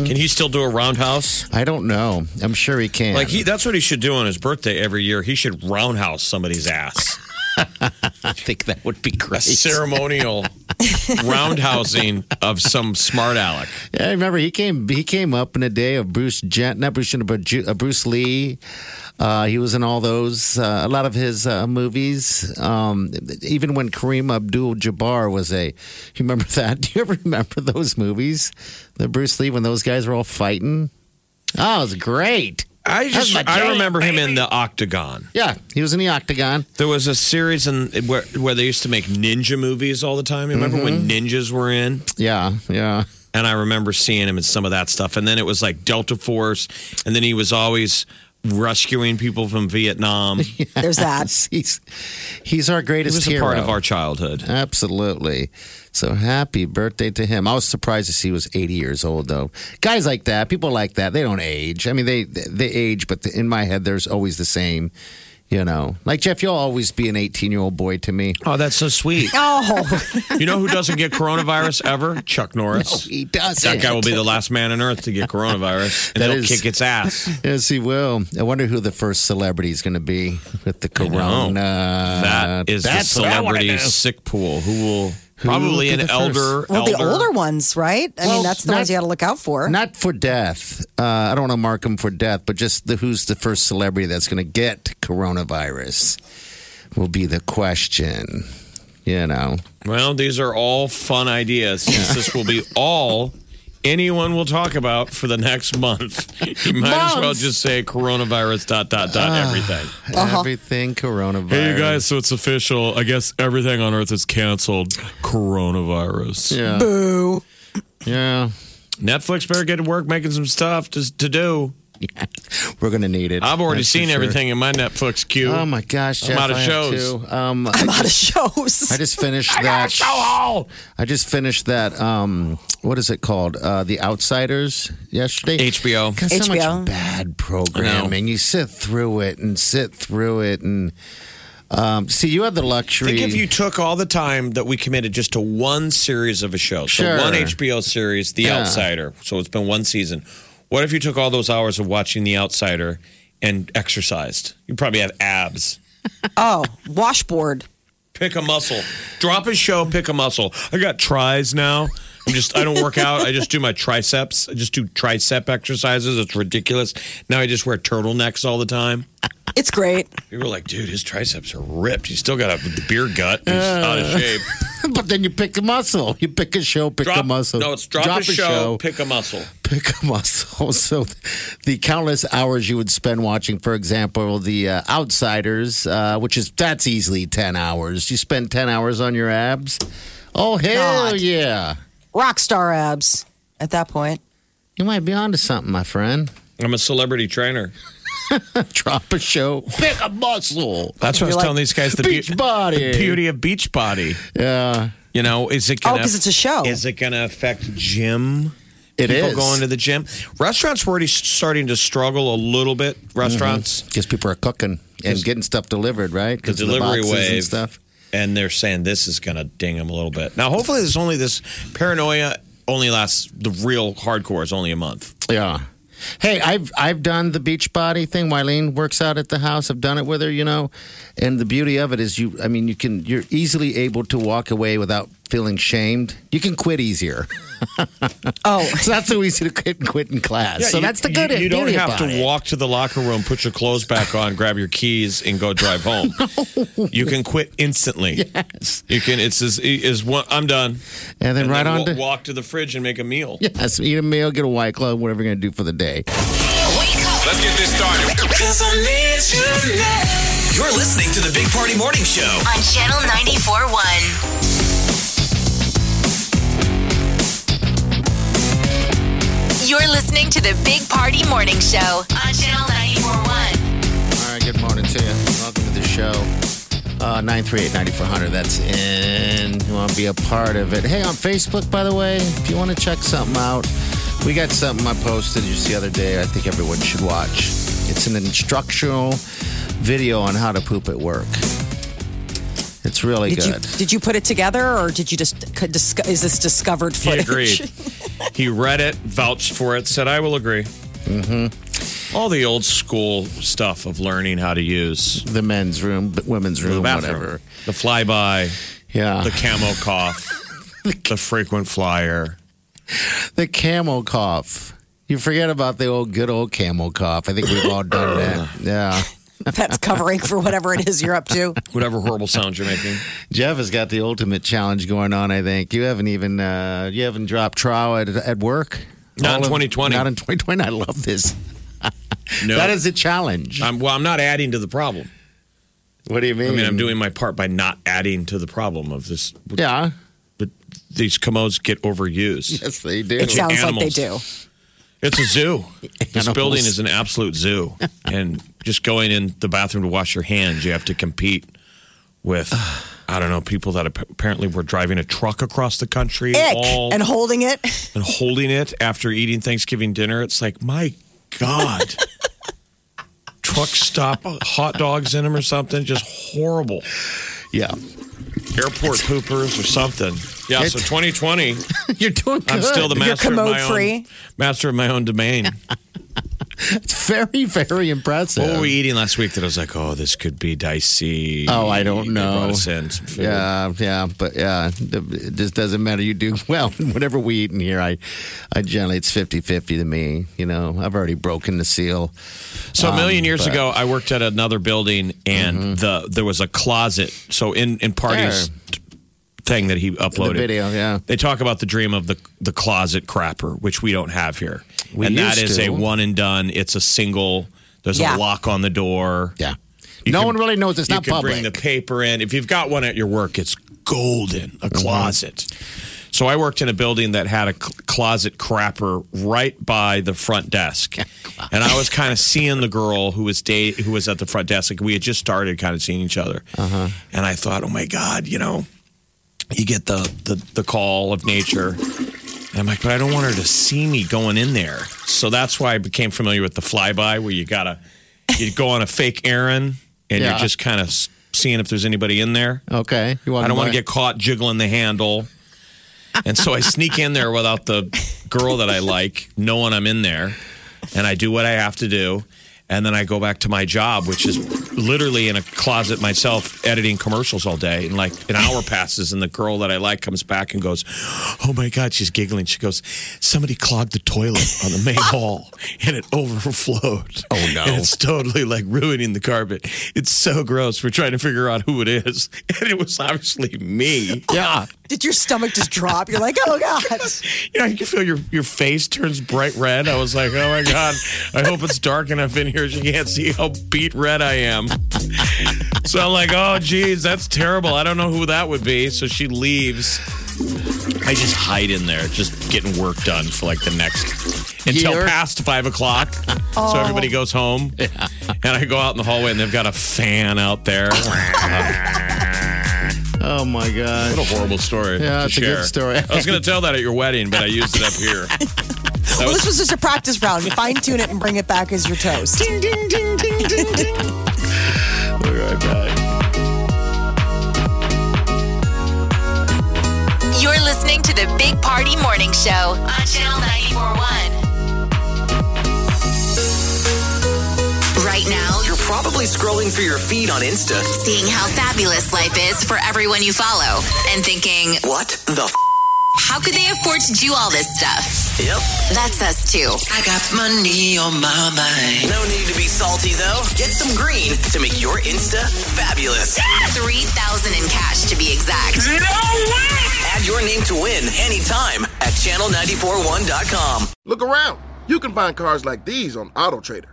Speaker 1: Can he still do a roundhouse?
Speaker 2: I don't know. I'm sure he can.
Speaker 1: Like he, that's what he should do on his birthday every year. He should roundhouse somebody's ass.
Speaker 2: I think that would be great.
Speaker 1: A ceremonial roundhousing of some smart aleck.
Speaker 2: Yeah, I remember he came. He came up in a day of Bruce Jen, not Bruce Jenner, but Ju, uh, Bruce Lee. Uh, he was in all those, uh, a lot of his uh, movies. Um, even when Kareem Abdul-Jabbar was a, you remember that? Do you ever remember those movies, the Bruce Lee when those guys were all fighting? Oh, it was great.
Speaker 1: I
Speaker 2: That's
Speaker 1: just
Speaker 2: my
Speaker 1: I
Speaker 2: jam,
Speaker 1: remember him in the octagon.
Speaker 2: Yeah, he was in the octagon.
Speaker 1: There was a series in where where they used to make ninja movies all the time. You Remember when
Speaker 2: Mm-hmm.
Speaker 1: ninjas were in?
Speaker 2: Yeah, yeah.
Speaker 1: And I remember seeing him in some of that stuff. And then it was like Delta Force, and then he was always rescuing people from Vietnam.
Speaker 3: There's that.
Speaker 2: he's he's our
Speaker 1: It
Speaker 2: greatest
Speaker 1: was a part
Speaker 2: hero.
Speaker 1: of our childhood.
Speaker 2: Absolutely. So happy birthday to him. I was surprised to see he was 80 years old, though. Guys like that, people like that, they don't age. I mean, they they, they age, but in my head, there's always the same, you know. Like, Jeff, you'll always be an 18 year old boy to me.
Speaker 1: Oh, that's so sweet.
Speaker 3: Oh,
Speaker 1: You know who doesn't get coronavirus ever? Chuck Norris.
Speaker 2: No, he doesn't.
Speaker 1: That guy will be the last man on earth to get coronavirus, and
Speaker 2: That
Speaker 1: he'll
Speaker 2: is-
Speaker 1: kick its ass.
Speaker 2: Yes, he will. I wonder who the first celebrity is going to be with the
Speaker 1: know.
Speaker 2: corona.
Speaker 1: that is the
Speaker 2: uh, That's what I wanna
Speaker 1: celebrity
Speaker 2: know.
Speaker 1: sick pool who will
Speaker 2: Who
Speaker 1: probably
Speaker 2: will
Speaker 1: an
Speaker 2: be the first?
Speaker 1: elder.
Speaker 3: Well, the
Speaker 1: elder-
Speaker 3: older ones, right? I mean,
Speaker 2: Well,
Speaker 3: that's the
Speaker 2: not-
Speaker 3: ones you got to look out for.
Speaker 2: Not for death. Uh, I don't want to mark him for death, but just the who's the first celebrity that's going to get coronavirus will be the question. You know,
Speaker 1: Well, these are all fun ideas. Since this will be all anyone will talk about for the next month, you might as well
Speaker 2: Month.
Speaker 1: just say coronavirus dot dot dot everything.
Speaker 2: everything coronavirus.
Speaker 1: Hey, you guys, so it's official. I guess everything on Earth is canceled. Coronavirus.
Speaker 2: Yeah.
Speaker 3: Boo.
Speaker 2: Yeah.
Speaker 1: Netflix better get to work making some stuff to, to do.
Speaker 2: We're going to need it.
Speaker 1: I've already
Speaker 2: That's for
Speaker 1: seen
Speaker 2: sure.
Speaker 1: everything in my Netflix queue.
Speaker 2: Oh my gosh,
Speaker 1: I'm
Speaker 2: Jeff,
Speaker 1: out of
Speaker 2: I have
Speaker 1: shows.
Speaker 2: two. Um, I'm out of
Speaker 3: shows.
Speaker 2: I just finished
Speaker 1: I got
Speaker 2: that.
Speaker 1: a show all.
Speaker 2: I just finished that. Um, what is it called? Uh, the Outsiders yesterday.
Speaker 1: HBO.
Speaker 2: Got so
Speaker 3: HBO.
Speaker 2: much bad programming. You sit through it and sit through it and. Um, see, you have the luxury.
Speaker 1: Think if you took all the time that we committed just to one series of a show,
Speaker 2: Sure.
Speaker 1: so one HBO series, The
Speaker 2: Yeah.
Speaker 1: Outsider. So it's been one season. What if you took all those hours of watching The Outsider and exercised? You probably have abs.
Speaker 3: Oh, washboard.
Speaker 1: Pick a muscle. Drop a show. Pick a muscle. I got tries now. I'm just. I don't work out. I just do my triceps. I just do tricep exercises. It's ridiculous. Now I just wear turtlenecks all the time.
Speaker 3: It's great.
Speaker 1: People are like, dude, his triceps are ripped. He's still got a beer gut. He's out of
Speaker 2: Uh.
Speaker 1: shape.
Speaker 2: but then you pick a muscle. You pick a show, pick
Speaker 1: drop,
Speaker 2: a muscle.
Speaker 1: No, it's drop, a, show, pick a muscle.
Speaker 2: pick a muscle. So, the countless hours you would spend watching, for example, the uh, Outsiders, uh, which is that's easily ten hours. You spend ten hours on your abs. Oh hell
Speaker 3: God.
Speaker 2: yeah!
Speaker 3: Rock star abs at that point.
Speaker 2: You might be onto something, my friend.
Speaker 1: I'm a celebrity trainer.
Speaker 2: drop a show, pick a muscle.
Speaker 1: That's what I was
Speaker 2: You're like,
Speaker 1: telling these guys. The, beau-
Speaker 2: beach body.
Speaker 1: the beauty of beach body.
Speaker 2: Yeah.
Speaker 1: You know, is it
Speaker 2: Oh,
Speaker 1: gonna
Speaker 2: 'cause it's a show.
Speaker 1: Is it gonna affect gym?
Speaker 2: It
Speaker 1: people
Speaker 2: is.
Speaker 1: going to the gym. Restaurants were already starting to struggle a little bit. Restaurants,
Speaker 2: Because people are cooking and getting stuff delivered, right?
Speaker 1: the
Speaker 2: 'Cause Mm-hmm. of
Speaker 1: delivery
Speaker 2: boxes
Speaker 1: wave
Speaker 2: and stuff.
Speaker 1: and they're saying this is gonna ding them a little bit. Now, hopefully, there's only this paranoia. Only lasts the real hardcore is only a month.
Speaker 2: Yeah. Hey, I've I've done the beach body thing. Wileen works out at the house. I've done it with her, you know. And the beauty of it is you I mean you can you're easily able to walk away without feeling shamed. You can quit easier.
Speaker 3: oh.
Speaker 2: It's not so easy to quit and quit in class. so
Speaker 1: you-
Speaker 2: that's the good
Speaker 1: You, you don't
Speaker 2: beauty
Speaker 1: have
Speaker 2: about
Speaker 1: to
Speaker 2: it.
Speaker 1: walk to the locker room, put your clothes back on, grab your keys, and go drive home. You can quit instantly. Yes, you can. It's as is one. I'm done.
Speaker 2: And then right
Speaker 1: wa-
Speaker 2: on to
Speaker 1: walk to the fridge and make a meal.
Speaker 2: Yes, eat a meal, get a white glove, whatever you're gonna do for the day.
Speaker 5: Let's get this started. You're listening to the Big Party Morning Show.
Speaker 4: On Channel 94.1. You're listening to the Big Party Morning Show. On Channel 94.1.
Speaker 2: All right, good morning to you. Welcome to the show. Uh, 938-9400, that's in. You want to be a part of it. Hey, on Facebook, by the way, if you want to check something out, we got something I posted just the other day I think everyone should watch. It's an instructional video on how to poop at work. It's really
Speaker 3: Did
Speaker 2: good.
Speaker 3: you did you put it together or did you just c- disco- is this discovered
Speaker 1: He
Speaker 3: footage?
Speaker 1: agreed. he read it, vouched for it, said, "I will agree." Mm-hmm. All the old school stuff of learning how to use
Speaker 2: the men's room, but women's room,
Speaker 1: the bathroom,
Speaker 2: whatever. Ah.
Speaker 1: the flyby,
Speaker 2: Yeah.
Speaker 1: the camo cough, the frequent flyer.
Speaker 2: The camel cough. You forget about the old good old camel cough. I think we've all done that. Yeah.
Speaker 3: That's covering for whatever it is you're up to.
Speaker 1: whatever horrible sounds you're making.
Speaker 2: Jeff has got the ultimate challenge going on. I think you haven't even uh, you haven't dropped trowel at, at work.
Speaker 1: Not in
Speaker 2: All of-
Speaker 1: 2020.
Speaker 2: Not in 2020. I love this.
Speaker 1: No,
Speaker 2: That is a challenge.
Speaker 1: I'm, well, I'm not adding to the problem.
Speaker 2: What do you mean?
Speaker 1: I mean,
Speaker 3: Mm.
Speaker 1: I'm doing my part by not adding to the problem of this.
Speaker 2: Yeah.
Speaker 1: But these commodes get overused.
Speaker 2: Yes, they do.
Speaker 3: It sounds like they
Speaker 1: Animals.
Speaker 3: do.
Speaker 1: It's a zoo. This
Speaker 2: Animals.
Speaker 1: building is an absolute zoo. and just going in the bathroom to wash your hands, you have to compete with, I don't know, people that ap- apparently were driving a truck across the country all-
Speaker 3: Ick. And holding it.
Speaker 1: and holding it after eating Thanksgiving dinner. It's like, my God. Truck stop, hot dogs in them or something. Just horrible.
Speaker 2: Yeah.
Speaker 1: Airport poopers or something. Yeah, so
Speaker 2: It-
Speaker 1: 2020,
Speaker 2: You're doing
Speaker 1: I'm
Speaker 2: good.
Speaker 1: still the master of my own,
Speaker 3: commode-free.
Speaker 1: master of my own domain.
Speaker 2: It's very very impressive.
Speaker 1: What were we eating last week that I was like, oh, this could be dicey?
Speaker 2: Oh, I don't
Speaker 1: They
Speaker 2: know.
Speaker 1: brought us in some food.
Speaker 2: Yeah, yeah, but yeah, it just doesn't matter. You do well, whatever we eat in here, I, I generally it's 50-50 to me. You know, I've already broken the seal.
Speaker 1: So a million
Speaker 2: Um,
Speaker 1: years
Speaker 2: but- Mm-hmm.
Speaker 1: ago, I worked at another building, and the there was a closet. So in in parties thing that he uploaded
Speaker 2: video, yeah.
Speaker 1: they talk about the dream of the the closet crapper, which we don't have here,
Speaker 2: We
Speaker 1: and that
Speaker 2: used
Speaker 1: is
Speaker 2: to.
Speaker 1: a one and done. It's a single. There's
Speaker 3: Yeah.
Speaker 1: a lock on the door.
Speaker 2: Yeah.
Speaker 1: You
Speaker 2: no
Speaker 1: can-
Speaker 2: one really knows. It's
Speaker 1: you
Speaker 2: not
Speaker 1: can
Speaker 2: public. Mm-hmm.
Speaker 1: bring the paper in. If you've got one at your work, it's golden. A closet. So I worked in a building that had a cl- closet crapper right by the front desk, and I was kind of seeing the girl who was day who was at the front desk. Like we had just started kind of seeing each other, uh-huh. and I thought, oh my god, you know, you get the the, the call of nature. And I'm like, but I don't want her to see me going in there. So that's why I became familiar with the flyby, where you gotta you go on a fake errand and
Speaker 2: Yeah.
Speaker 1: you're just kind of seeing if there's anybody in there.
Speaker 2: Okay. You
Speaker 1: I don't want to
Speaker 2: by-
Speaker 1: get caught jiggling the handle. And so I sneak in there without the girl that I like knowing I'm in there. And I do what I have to do. And then I go back to my job, which is literally in a closet myself editing commercials all day. And like an hour passes, and the girl that I like comes back and goes, Oh my God, she's giggling. She goes, Somebody clogged the toilet on the main hall and it overflowed. Oh
Speaker 2: no.
Speaker 1: And it's totally like ruining the carpet. It's so gross. We're trying to figure out who it is. And it was obviously me. Yeah.
Speaker 3: Did your stomach just drop? You're like, oh god.
Speaker 1: You know, you can feel your, your face turns bright red. I was like, oh my God, I hope it's dark enough in here so you can't see how beat red I am. So I'm like, oh, geez, that's terrible. I don't know who that would be. So she leaves. I just hide in there, just getting work done for like the next until
Speaker 2: Year?
Speaker 1: past five o'clock.
Speaker 2: Oh.
Speaker 1: So everybody goes home. And I go out in the hallway and they've got a fan out there.
Speaker 2: Oh my god!
Speaker 1: What a horrible story.
Speaker 2: Yeah,
Speaker 1: to
Speaker 2: it's a good
Speaker 1: share.
Speaker 2: story.
Speaker 1: I was going to tell that at your wedding, but I used it up here. That
Speaker 3: Well,
Speaker 1: was-
Speaker 3: this was just a practice round. Fine tune it and bring it back as your toast. Ding ding ding ding ding ding.
Speaker 2: We'll be right back.
Speaker 4: You're listening to the Big Party Morning Show on Channel 941. Right now,
Speaker 12: You're probably scrolling through your feed on Insta.
Speaker 4: seeing how fabulous life is for everyone you follow and thinking,
Speaker 12: What the f?
Speaker 4: how could they afford to do all this stuff?
Speaker 12: Yep.
Speaker 4: That's us too.
Speaker 12: I got money on my mind. No need to be salty though. Get some green to make your Insta fabulous.
Speaker 4: 3000 in cash to be exact.
Speaker 12: Add your name to win anytime at channel941.com.
Speaker 13: Look around. You can find cars like these on AutoTrader.